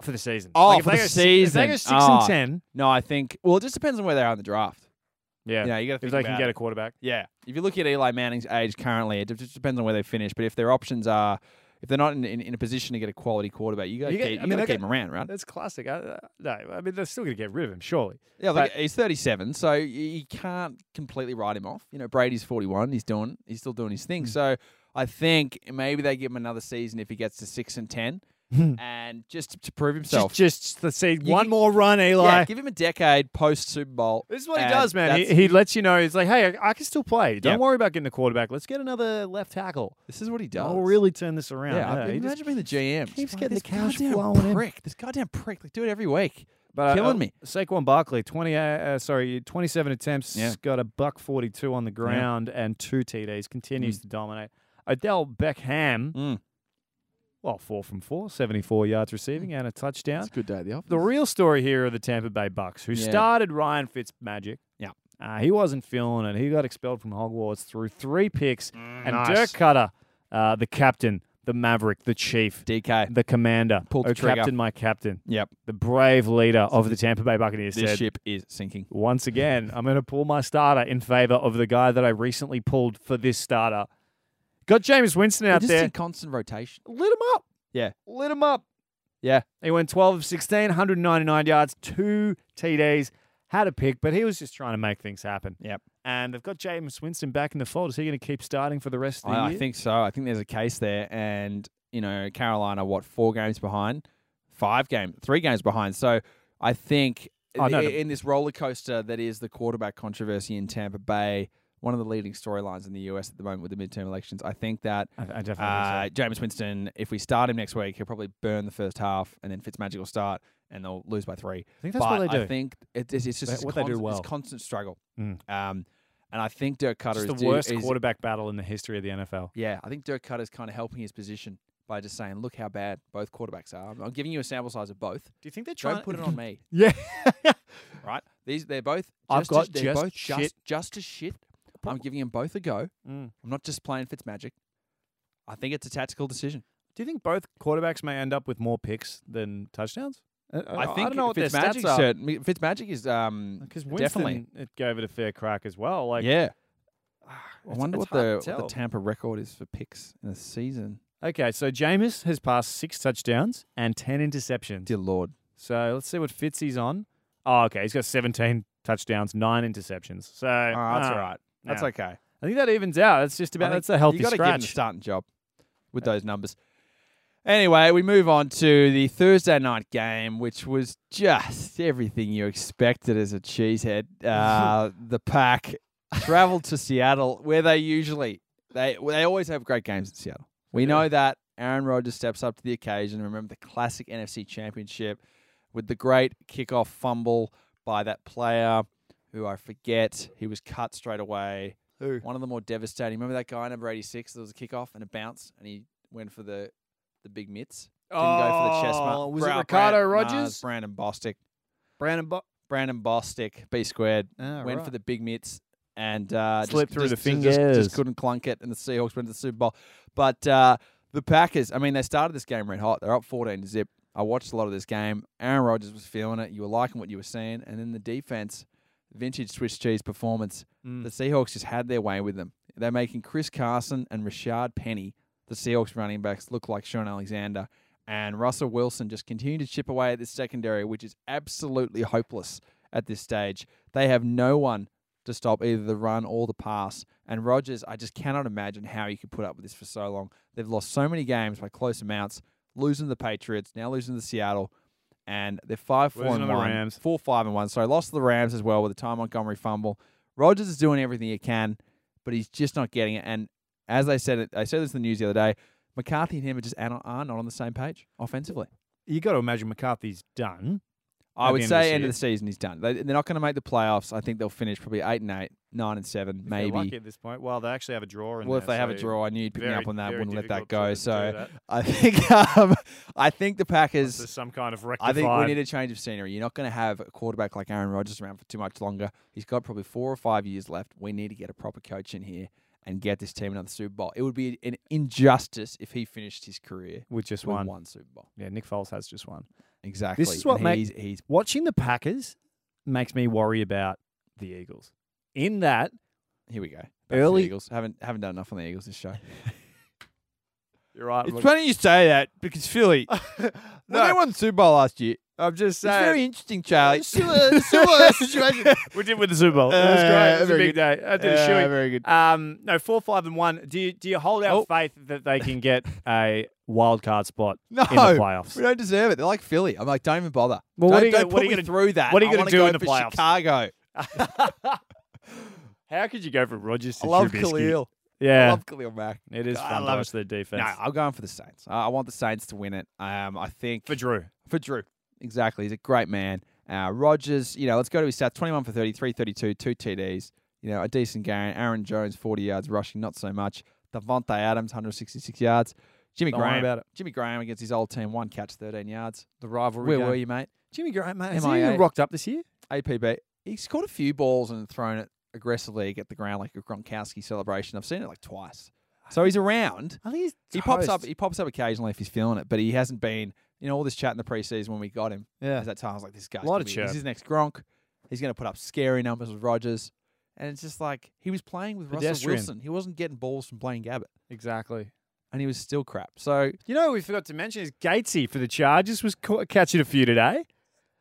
for the season.
Oh,
if
for
they
the
go six- if they
season.
go six
Oh.
and ten.
No, I think. Well, it just depends on where they are in the draft.
Yeah,
Yeah, you got to
if
think
they
about
can get
it.
a quarterback.
Yeah, if you look at Eli Manning's age currently, it just depends on where they finish. But if their options are, if they're not in, in, in a position to get a quality quarterback, you got to
You get-
keep,
I
I
mean,
mean,
they
keep him around, right?
That's classic. I, uh, no, I mean they're still going to get rid of him, surely.
Yeah, like, he's 37, so y- you can't completely write him off. You know, Brady's 41. He's doing, he's still doing his thing.
Hmm.
So I think maybe they give him another season if he gets to six and ten, and just to, to prove himself.
Just, just let's see
Hmm. You
one
gi-
more run, Eli.
yeah, give him a decade post Super Bowl.
this is what he
and
does, man. He,
that's-
he lets you know. He's like, hey, I, I can still play. Don't
Yeah.
worry about getting a quarterback. Let's get another left tackle.
this is what he does.
I'll Oh, really turn this around.
Yeah,
he
imagine
just-
being the GM.
keeps
It's like,
getting
this
the cash
goddamn
flowing in.
prick. This goddamn prick. They do it every week.
But, uh,
Killing
uh,
me.
Saquon Barkley, twenty, uh, uh, sorry, twenty-seven attempts,
Yeah.
got a buck forty-two on the ground and two TDs. Continues to dominate. Odell Beckham,
Mm.
well, four from four, 74 yards receiving and a touchdown.
It's a good day at the office.
The real story here are the Tampa Bay Bucks, who
Yeah.
started Ryan Fitzmagic.
Yeah.
uh, he wasn't feeling it. He got expelled from Hogwarts through three picks, and
nice.
Dirk Cutter, uh, the captain, the Maverick, the chief.
DK.
The commander,
Pulled
oh
the trigger.
captain, my captain,
Yep.
the brave leader of the Tampa Bay Buccaneers,
This
said,
ship is sinking.
once again, I'm going to pull my starter in favor of the guy that I recently pulled for this starter. Got James Winston out
We're just
there.
in constant rotation.
Lit him up.
Yeah.
Lit him up.
Yeah.
He went 12 of 16, 199 yards, two TDs, had a pick, but he was just trying to make things happen.
Yep.
And they've got James Winston back in the fold. Is he going to keep starting for the rest of the
I, I
year?
think so. I think there's a case there, and you know Carolina, what four games behind, five game, three games behind. So I think
Oh, no,
i-
the-
in this roller coaster that is the quarterback controversy in Tampa Bay, one of the leading storylines in the U.S. at the moment with the midterm elections. I think that
I, I definitely
uh,
think
James Winston, if we start him next week, he'll probably burn the first half, and then Fitzmagic will start, and they'll lose by three.
so. I think that's
but
what they do.
I think it, it's it's just
They-
this
what they do
constant-
well.
this constant struggle.
Mm.
Um, and I think Dirk Cutter
It's
is
the
do-
worst
is-
quarterback battle in the history of the NFL.
yeah, I think Dirk Cutter's kind of helping his position by just saying, look how bad both quarterbacks are. I'm, I'm giving you a sample size of both.
Do you think they're
Don't put it on me,
Yeah.
right? These they're both.
I've
just
got
as, they're
just
both
shit.
Just, just as shit. I'm giving them both a go.
Mm.
I'm not just playing Fitzmagic. I think it's a tactical decision.
Do you think both quarterbacks may end up with more picks than touchdowns? I,
I think
don't know what their
Fitzmagic
stats are
certain- Fitzmagic is um
because
definitely.
Winston it gave it a fair crack as well. Like, ah,
yeah. I
it's-
wonder
it's
what
hard
the,
to
what the
tell.
Tampa record is for picks in a season.
okay, so Jameis has passed six touchdowns and ten interceptions.
Dear Lord.
So let's see what Fitzy's on. Oh, okay, he's got seventeen touchdowns, nine interceptions. So
Ah, that's
uh,
all right. That's
no.
okay.
I think that evens out. That's just about
I think
that's a healthy
you got to give him a
scratch.
starting job with those numbers. Anyway, we move on to the Thursday night game, which was just everything you expected as a cheesehead. Uh, the pack traveled to Seattle, where they usually they they always have great games in Seattle. We know that Aaron Rodgers steps up to the occasion. Remember the classic NFC Championship with the great kickoff fumble by that player who I forget. He was cut straight away.
Who?
One of the more devastating. Remember that guy number eighty six? There was a kickoff and a bounce, and he went for the the big mitts. Didn't go for the chest. mark.
Oh, was
Bra-
it Ricardo
Brand- nah, it
Rogers?
was Brandon Bostic.
Brandon Bo-
Brandon Bostic, B squared,
Ah,
went
right.
for the big mitts and uh, just-
Slipped through
just,
the
just- just- Just,
fingers.
couldn't clunk it, and the Seahawks went to the Super Bowl. But uh, the Packers, I mean, they started this game red hot. They're up 14 to zip. I watched a lot of this game. Aaron Rodgers was feeling it. You were liking what you were seeing, and then the defense, vintage Swiss cheese performance.
Mm.
The Seahawks just had their way with them. They're making Chris Carson and Rashad Penny, the Seahawks running backs, look like Sean Alexander. And Russell Wilson just continue to chip away at this secondary, which is absolutely hopeless at this stage. They have no one to stop either the run or the pass. And Rodgers, I just cannot imagine how you could put up with this for so long. They've lost so many games by close amounts. losing to the Patriots, now losing to Seattle, and they're five four
Losing
and
to the
one,
Rams.
four five and one. So I lost to the Rams as well with a Ty Montgomery fumble. Rogers is doing everything he can, but he's just not getting it. And as I said, it, I said this in the news the other day. McCarthy and him are just are not are not on the same page offensively.
You got to imagine McCarthy's done.
I
At
would
the end of
say
this
end of
year.
the season he's done. They, they're not going to make the playoffs. I think they'll finish probably eight and eight, nine and seven,
if they're lucky
maybe.
at this point. Well, they actually have a draw. In
Well, if
there,
they have a
so
draw, I knew you'd pick me
very-
up on that.
very
Wouldn't let that
difficult to- to do
go. So
that.
I think um, I think the
Unless
Packers.
there's some kind of
I
rectified.
think we need a change of scenery. You're not going to have a quarterback like Aaron Rodgers around for too much longer. He's got probably four or five years left. We need to get a proper coach in here and get this team another Super Bowl. It would be an injustice if he finished his career
with just
with
one.
one, Super Bowl.
Yeah, Nick Foles has just one.
Exactly.
is what
And
make-
he's, he's
Watching the Packers makes me worry about the Eagles. In that,
here. We go. Back to the
Early-
Eagles haven't haven't done enough on the Eagles this show.
you're right.
It's funny you say that because Philly, they won the Super Bowl last year.
I'm just
It's very
saying.
interesting, Charlie.
Similar- similar situation. we did with the Super Bowl. it was
Uh,
great. It was a
very
big day. I did a shoey.
very Oh. good.
Um, no, four, five, and one. Do you do you hold out faith that they can get a wild card spot
No,
in the playoffs?
we don't deserve it. They're like Philly. I'm like, don't even bother.
Well, what
don't,
are you
don't
gonna-
put
what are you
me
gonna-
through that.
what are you
I
gonna
wanna
do
go
in the
for
playoffs?
Chicago.
How could you go from Rogers to
I love
Trubisky?
Khalil. I
Yeah,
love Khalil Mack.
it is
I
fun to
love
watch their defense.
No, I'm going for the Saints. I I want the Saints to win it. Um, I think
For Drew,
for Drew. Exactly. He's a great man. Uh, Rogers, you know, let's go to his stats 21 for 30, 332, two TDs. You know, a decent game. Aaron Jones, 40 yards rushing, not so much. Devontae Adams, 166 yards. Jimmy
Don't worry
Graham.
about it.
Jimmy Graham against his old team, one catch, 13 yards.
the rivalry.
Where were you, mate?
Jimmy Graham, mate.
has he MIA.
rocked up this year?
APB. He's caught a few balls and thrown it aggressively at the ground like a Gronkowski celebration. I've seen it like twice. So he's around.
I think he's
He pops up. He pops up occasionally if he's feeling it, but he hasn't been. You know, all this chat in the preseason when we got him.
Yeah.
At that time, I was like, this guy's
Lot
gonna
of
be-
chirp.
He's his next Gronk. He's going to put up scary numbers with Rogers. And it's just like he was playing with Russell
Pedestrian.
Wilson. He wasn't getting balls from Blaine Gabbert,
Exactly.
and he was still crap. So
You know, who we forgot to mention is Gatesy for the Chargers was ca- catching a few today.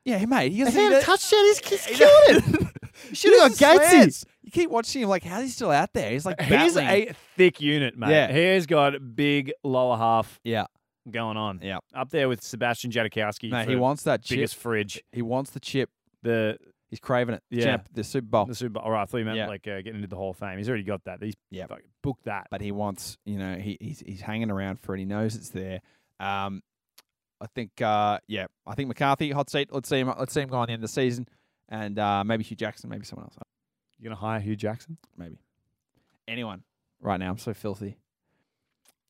yeah, mate, he
He had a
doesn't.
touchdown. He's, he's
He
killed it. Should have got Gatesy.
Gatesy. You keep watching him, like how's he still out there? He's like
He's
battling.
a thick unit, mate.
Yeah.
He's got big lower half
yeah,
going on.
Yeah.
Up there with Sebastian Janikowski.
mate,
for
he wants that chip.
biggest fridge.
He wants the chip.
The
He's craving it. The
Yeah.
champ- the Super Bowl.
the Super All right, I thought you meant
Oh. Yeah.
like uh, getting into the Hall of Fame. He's already got that. He's
Yeah.
fucking booked that.
but he wants, you know, he, he's he's hanging around for it. He knows it's there. Um, I think, uh, yeah, I think McCarthy hot seat. Let's see him. Let's see him go on the end of the season, and uh, maybe Hugh Jackson, maybe someone else,
You gonna hire Hugh Jackson?
maybe anyone. Right now, I'm so filthy.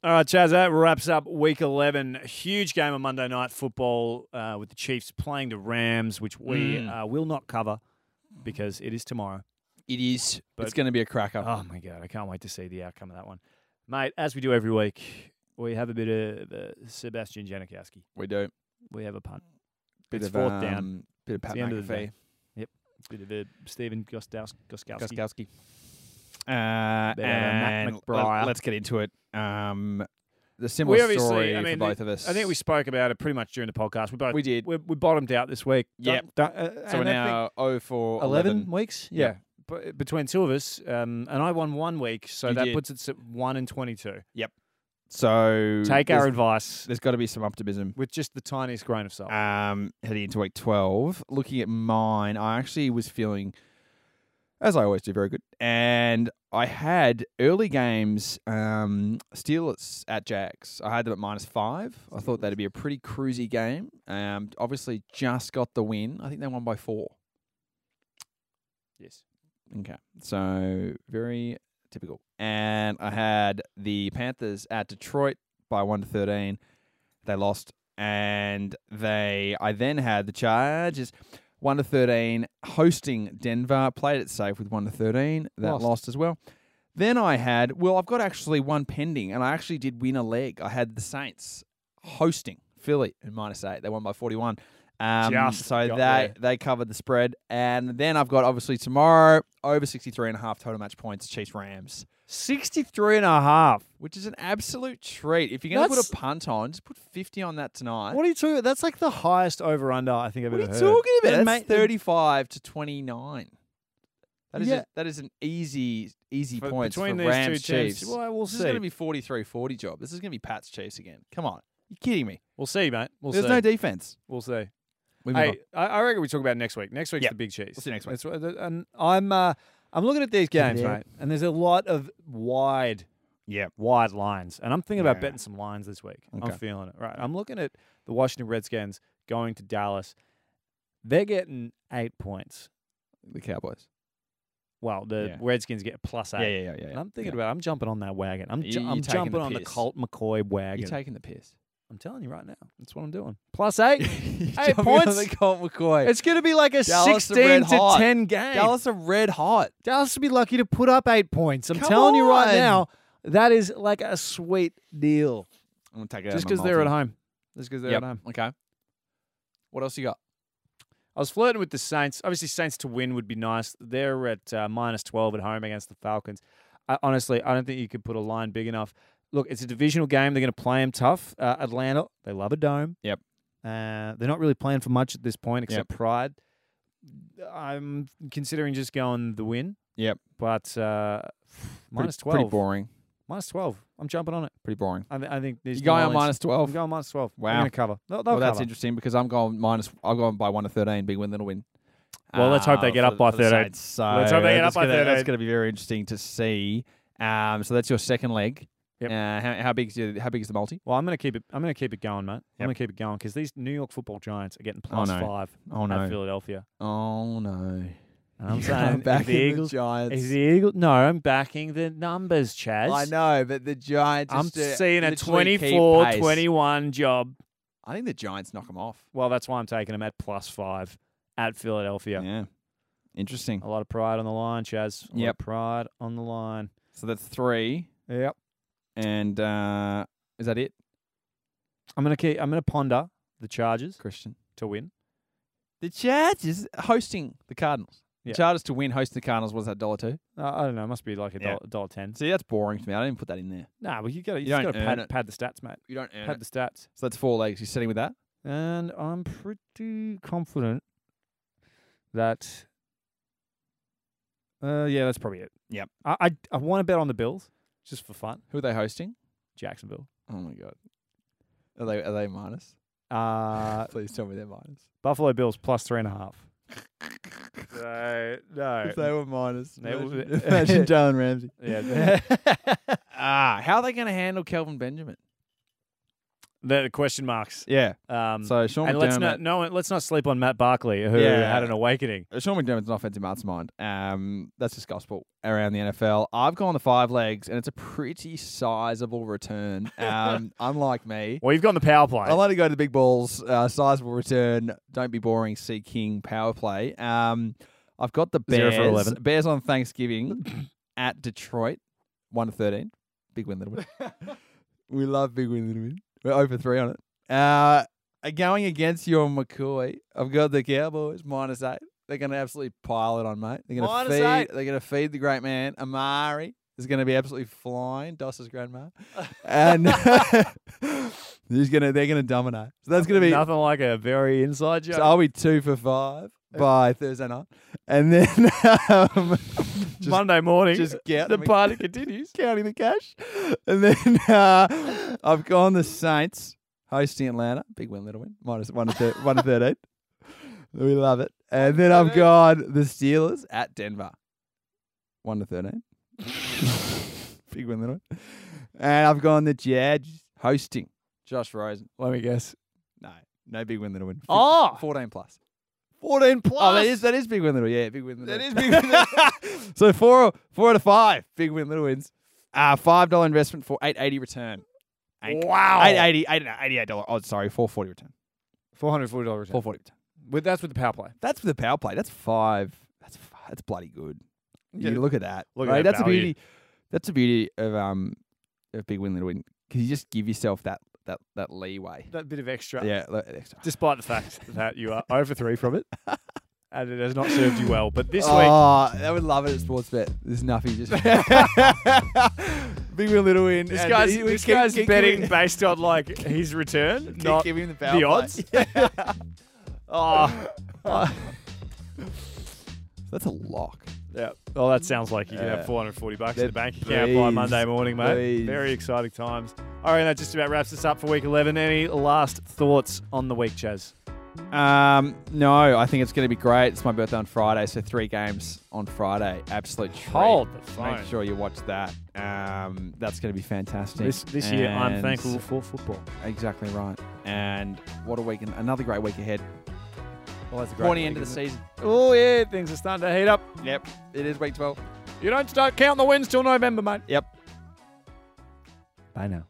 All right, Chaz, that wraps up week 11. Huge game on Monday Night Football uh, with the Chiefs playing the Rams, which we
Mm.
uh, will not cover because it is tomorrow.
It is.
But-
it's going to be a cracker.
Oh my god, I can't wait to see the outcome of that one, mate. As we do every week, we have a bit of uh, Sebastian Janikowski.
we do.
We have a punt,
Bit
It's
of
fourth down.
um, Bit of Pat
the end of the
McAfee.
day. bit of a Stephen Gostaus- Goskowski.
Goskowski. Uh,
Bit of a Matt
and
McBriar.
let, us get into it. Um, the similar
obviously-
story
I mean,
for both of us.
I think we spoke about it pretty much during the podcast. We both
we did.
we, we bottomed out this week.
Yeah.
Don't- don't- uh,
So we're
and I think
now 0 for
11,
11.
weeks.
Yeah.
Yeah. But uh, between two of us, um, and I won one week, so
You
that
did.
puts us at one and twenty-two.
So
Take
there's-
our advice
There's got to be some optimism.
with just the tiniest grain of salt.
Um, heading into week 12, looking at mine, I actually was feeling, as I always do, very good. And I had early games, um, Steelers at Jags. I had them at minus five. I thought that'd be a pretty cruisy game. Um, obviously just got the win. I think they won by four.
yes.
Okay. So very typical. And I had the Panthers at Detroit by one to thirteen. They lost. And they I then had the Chargers one to thirteen hosting Denver, played it safe with one to thirteen. That
Lost.
lost. as well. Then I had well, I've got actually one pending and I actually did win a leg. I had the Saints hosting Philly in minus eight. They won by forty one. Um,
Just
so
got
they
there.
they covered the spread, and then I've got obviously tomorrow over 63 and a half total match points, Chiefs Rams,
63 and a half.
which is an absolute treat. If you're going to put
That's-
a punt on, just put 50 on that tonight.
What are you talking about? That's like the highest over under I think I've
What are
ever
you
heard.
talking
Yeah,
about? That's
mate,
35 to 29. That is
Yeah.
a, that is an easy easy
for-
point for
between these
Rams
two teams.
Chiefs.
Well, we'll
this is
see.
going to be 43-40 job. This is going to be Pat's Chiefs again. Come on, you You kidding me?
We'll see, mate. We'll
There's
see.
no defense.
we'll see.
We move on.
Hey, I, I reckon we talk about next week. Next week's
Yeah.
the big cheese.
We'll see you next week.
That's what- and I'm uh, I'm looking at these games,
Yeah.
mate, and there's a lot of wide,
Yeah.
wide lines, and I'm thinking
Yeah.
about betting some lines this week.
Okay.
I'm feeling it. Right, I'm looking at the Washington Redskins going to Dallas. They're getting eight points.
The Cowboys.
Well, the
Yeah.
Redskins get plus eight.
Yeah, yeah, yeah, yeah.
And I'm thinking about. I'm jumping on that wagon. I'm,
You-
ju-
you
I'm
taking
jumping
the
on the
piss.
Colt McCoy
about
wagon.
you taking the piss.
I'm telling you right now. That's what I'm doing. Plus eight.
Eight
points?
The Colt McCoy.
it's going to be like a
Dallas are red
16 to
hot.
10 game.
Dallas are red hot.
Dallas would be lucky to put up eight points. I'm
Come
telling you right
on.
now, that is like a sweet deal.
I'm gonna take it.
Just because they're at home. Just because they're
Yep.
at home.
Okay. What else you got?
I was flirting with the Saints. Obviously, Saints to win would be nice. They're at uh, minus 12 at home against the Falcons. I, honestly, I don't think you could put a line big enough. Look, it's a divisional game. They're going to play them tough. Uh, Atlanta, they love a dome.
Yep.
Uh, they're not really playing for much at this point except pride. I'm considering just going the win.
Yep.
But uh, minus
Pretty- Pretty
12.
boring.
Minus 12. I'm jumping on it.
Pretty boring.
I, th- I think there's
You
New
going on
Orleans-
minus
I'm
12?
going minus twelve. We're
Wow.
gonna cover. They'll, they'll
Well, that's
cover.
interesting because I'm going minus. I've gone by one to thirteen. Big win, little win. Uh,
Well, let's hope they get
for
up
the-
by
for the
13.
Saints. So
Let's hope they get
that's
up by
gonna- That's
13.
going to be very interesting to see. Um, so that's your second leg.
Yep.
Uh, how, how big is your, how big is the multi?
Well, I'm gonna keep it. I'm gonna keep it going, mate.
Yep.
I'm gonna keep it going because these New York Football Giants are getting plus
no.
five
Oh
at
no!
Philadelphia.
Oh no!
And I'm
You're
saying if
backing
the
the
Eagles.
Giants.
Is the Eagles? No, I'm backing the numbers, Chaz.
I know, but the Giants.
I'm
just, uh,
seeing a
literally keep
24,
pace.
21 job.
I think the Giants knock them off.
Well, that's why I'm taking them at plus five at Philadelphia.
Interesting.
A lot of pride on the line, Chaz. A lot of
Yep.
pride on the line.
So that's three,
Yep.
and uh, is that it,
I'm gonna keep. I'm gonna ponder the Chargers
Christian?
to win.
The Chargers hosting the Cardinals.
Yeah.
The Chargers to win hosting the Cardinals. What's that dollar two?
Uh, I don't know. It must be like a
Yeah.
dollar, dollar ten.
See, that's boring to me. I didn't even put that in there.
Nah, well, you got to you
You
just
don't
got to pad,
earn it.
pad the stats, mate.
You don't earn
Pad the stats.
So that's four legs. You're sitting with that.
And I'm pretty confident that. Uh, yeah, that's probably it.
Yep.
I I, I want to bet on the Bills just for fun.
Who are they hosting?
Jacksonville.
Oh my god. Are they are they minus?
Uh,
Please tell me they're minus.
Buffalo Bills plus three and a half. So no.
If they were minus,
They would-
imagine, imagine Jalen Ramsey.
yeah.
Ah, how are they going to handle Kelvin Benjamin?
the question marks.
Yeah.
Um.
So Sean
and
McDermott.
let's not no let's not sleep on Matt Barkley who
Yeah.
had an awakening.
Uh, Sean McDermott's an offensive mastermind. Um, that's just gospel around the NFL. I've gone the five legs, and it's a pretty sizable return. Um, unlike me,
Well, you've got the power play.
I like to go to the big balls. Uh, sizable return. Don't be boring. Sea King power play. Um, I've got the
Zero
Bears.
for 11.
Bears on Thanksgiving at Detroit, one to thirteen. Big win, little win. we love big win, little win. We're over three on it. Uh, going against your McCoy, I've got the Cowboys minus eight. They're going to absolutely pile it on, mate. They're going to
Minus
feed.
eight.
They're going to feed the great man Amari. Is going to be absolutely flying. Doss's grandma, and he's going to. They're going to dominate. So that's going to be.
nothing like a very inside joke.
So I'll be two for five by Thursday night, and then um, just
Monday morning,
just get
the party continues.
counting the cash. And then uh, I've gone the Saints hosting Atlanta. Big win, little win. Minus one to, thir- one to 13. We love it. And then I've gone the Steelers at Denver. One to 13. Big win, little win. And I've gone the Jags hosting Josh Rosen.
Let me guess.
No, no big win, little win. Fif-
Oh,
14 plus.
14 plus.
Oh, that is that is big win, little. Yeah, big win, little.
That is
big win. so four four out of five big win, little wins. Uh five dollar investment for eight eighty return.
Wow.
Eight eighty eight eighty eight dollar. Oh, sorry, four forty return.
$440 return.
Four forty return.
With, that's with the power play.
That's for the power play. That's five. That's fi- that's bloody good. You
Yeah.
look at that.
Look at
Like,
that
that's the
value.
beauty. That's the beauty of um of big win, little win. Because you just give yourself that that that leeway.
That bit of extra.
Yeah, look, extra.
Despite the fact that you are over three from it and it has not served you well. But this week,
Oh, I would love it at sports bet. There's nothing just big win, little win.
this
and
guy's,
he- we
this
keep-
guy's
keep
betting
giving-
based on like his return,
keep
not
giving him the, power
the
play.
odds.
Oh,
Oh,
that's a lock.
Yeah. Well, that sounds like you can
Yeah.
have 440 bucks in the
That-
bank account by
please,
Monday morning, mate.
please.
Very exciting times. All right, that just about wraps us up for week 11. Any last thoughts on the week, Chaz?
Um, no, I think it's going to be great. It's my birthday on Friday, so three games on Friday. Absolute treat.
Hold the phone.
Make sure you watch that. Um, that's going to be fantastic.
This, this year, I'm
And-
thankful for football.
Exactly right. And what a week! and Another great week ahead.
Well, that's a
Pointy end of the season.
Oh, yeah, things are starting to heat up.
Yep, it is week twelve.
You don't start counting the wins till November, mate.
Yep.
Bye now.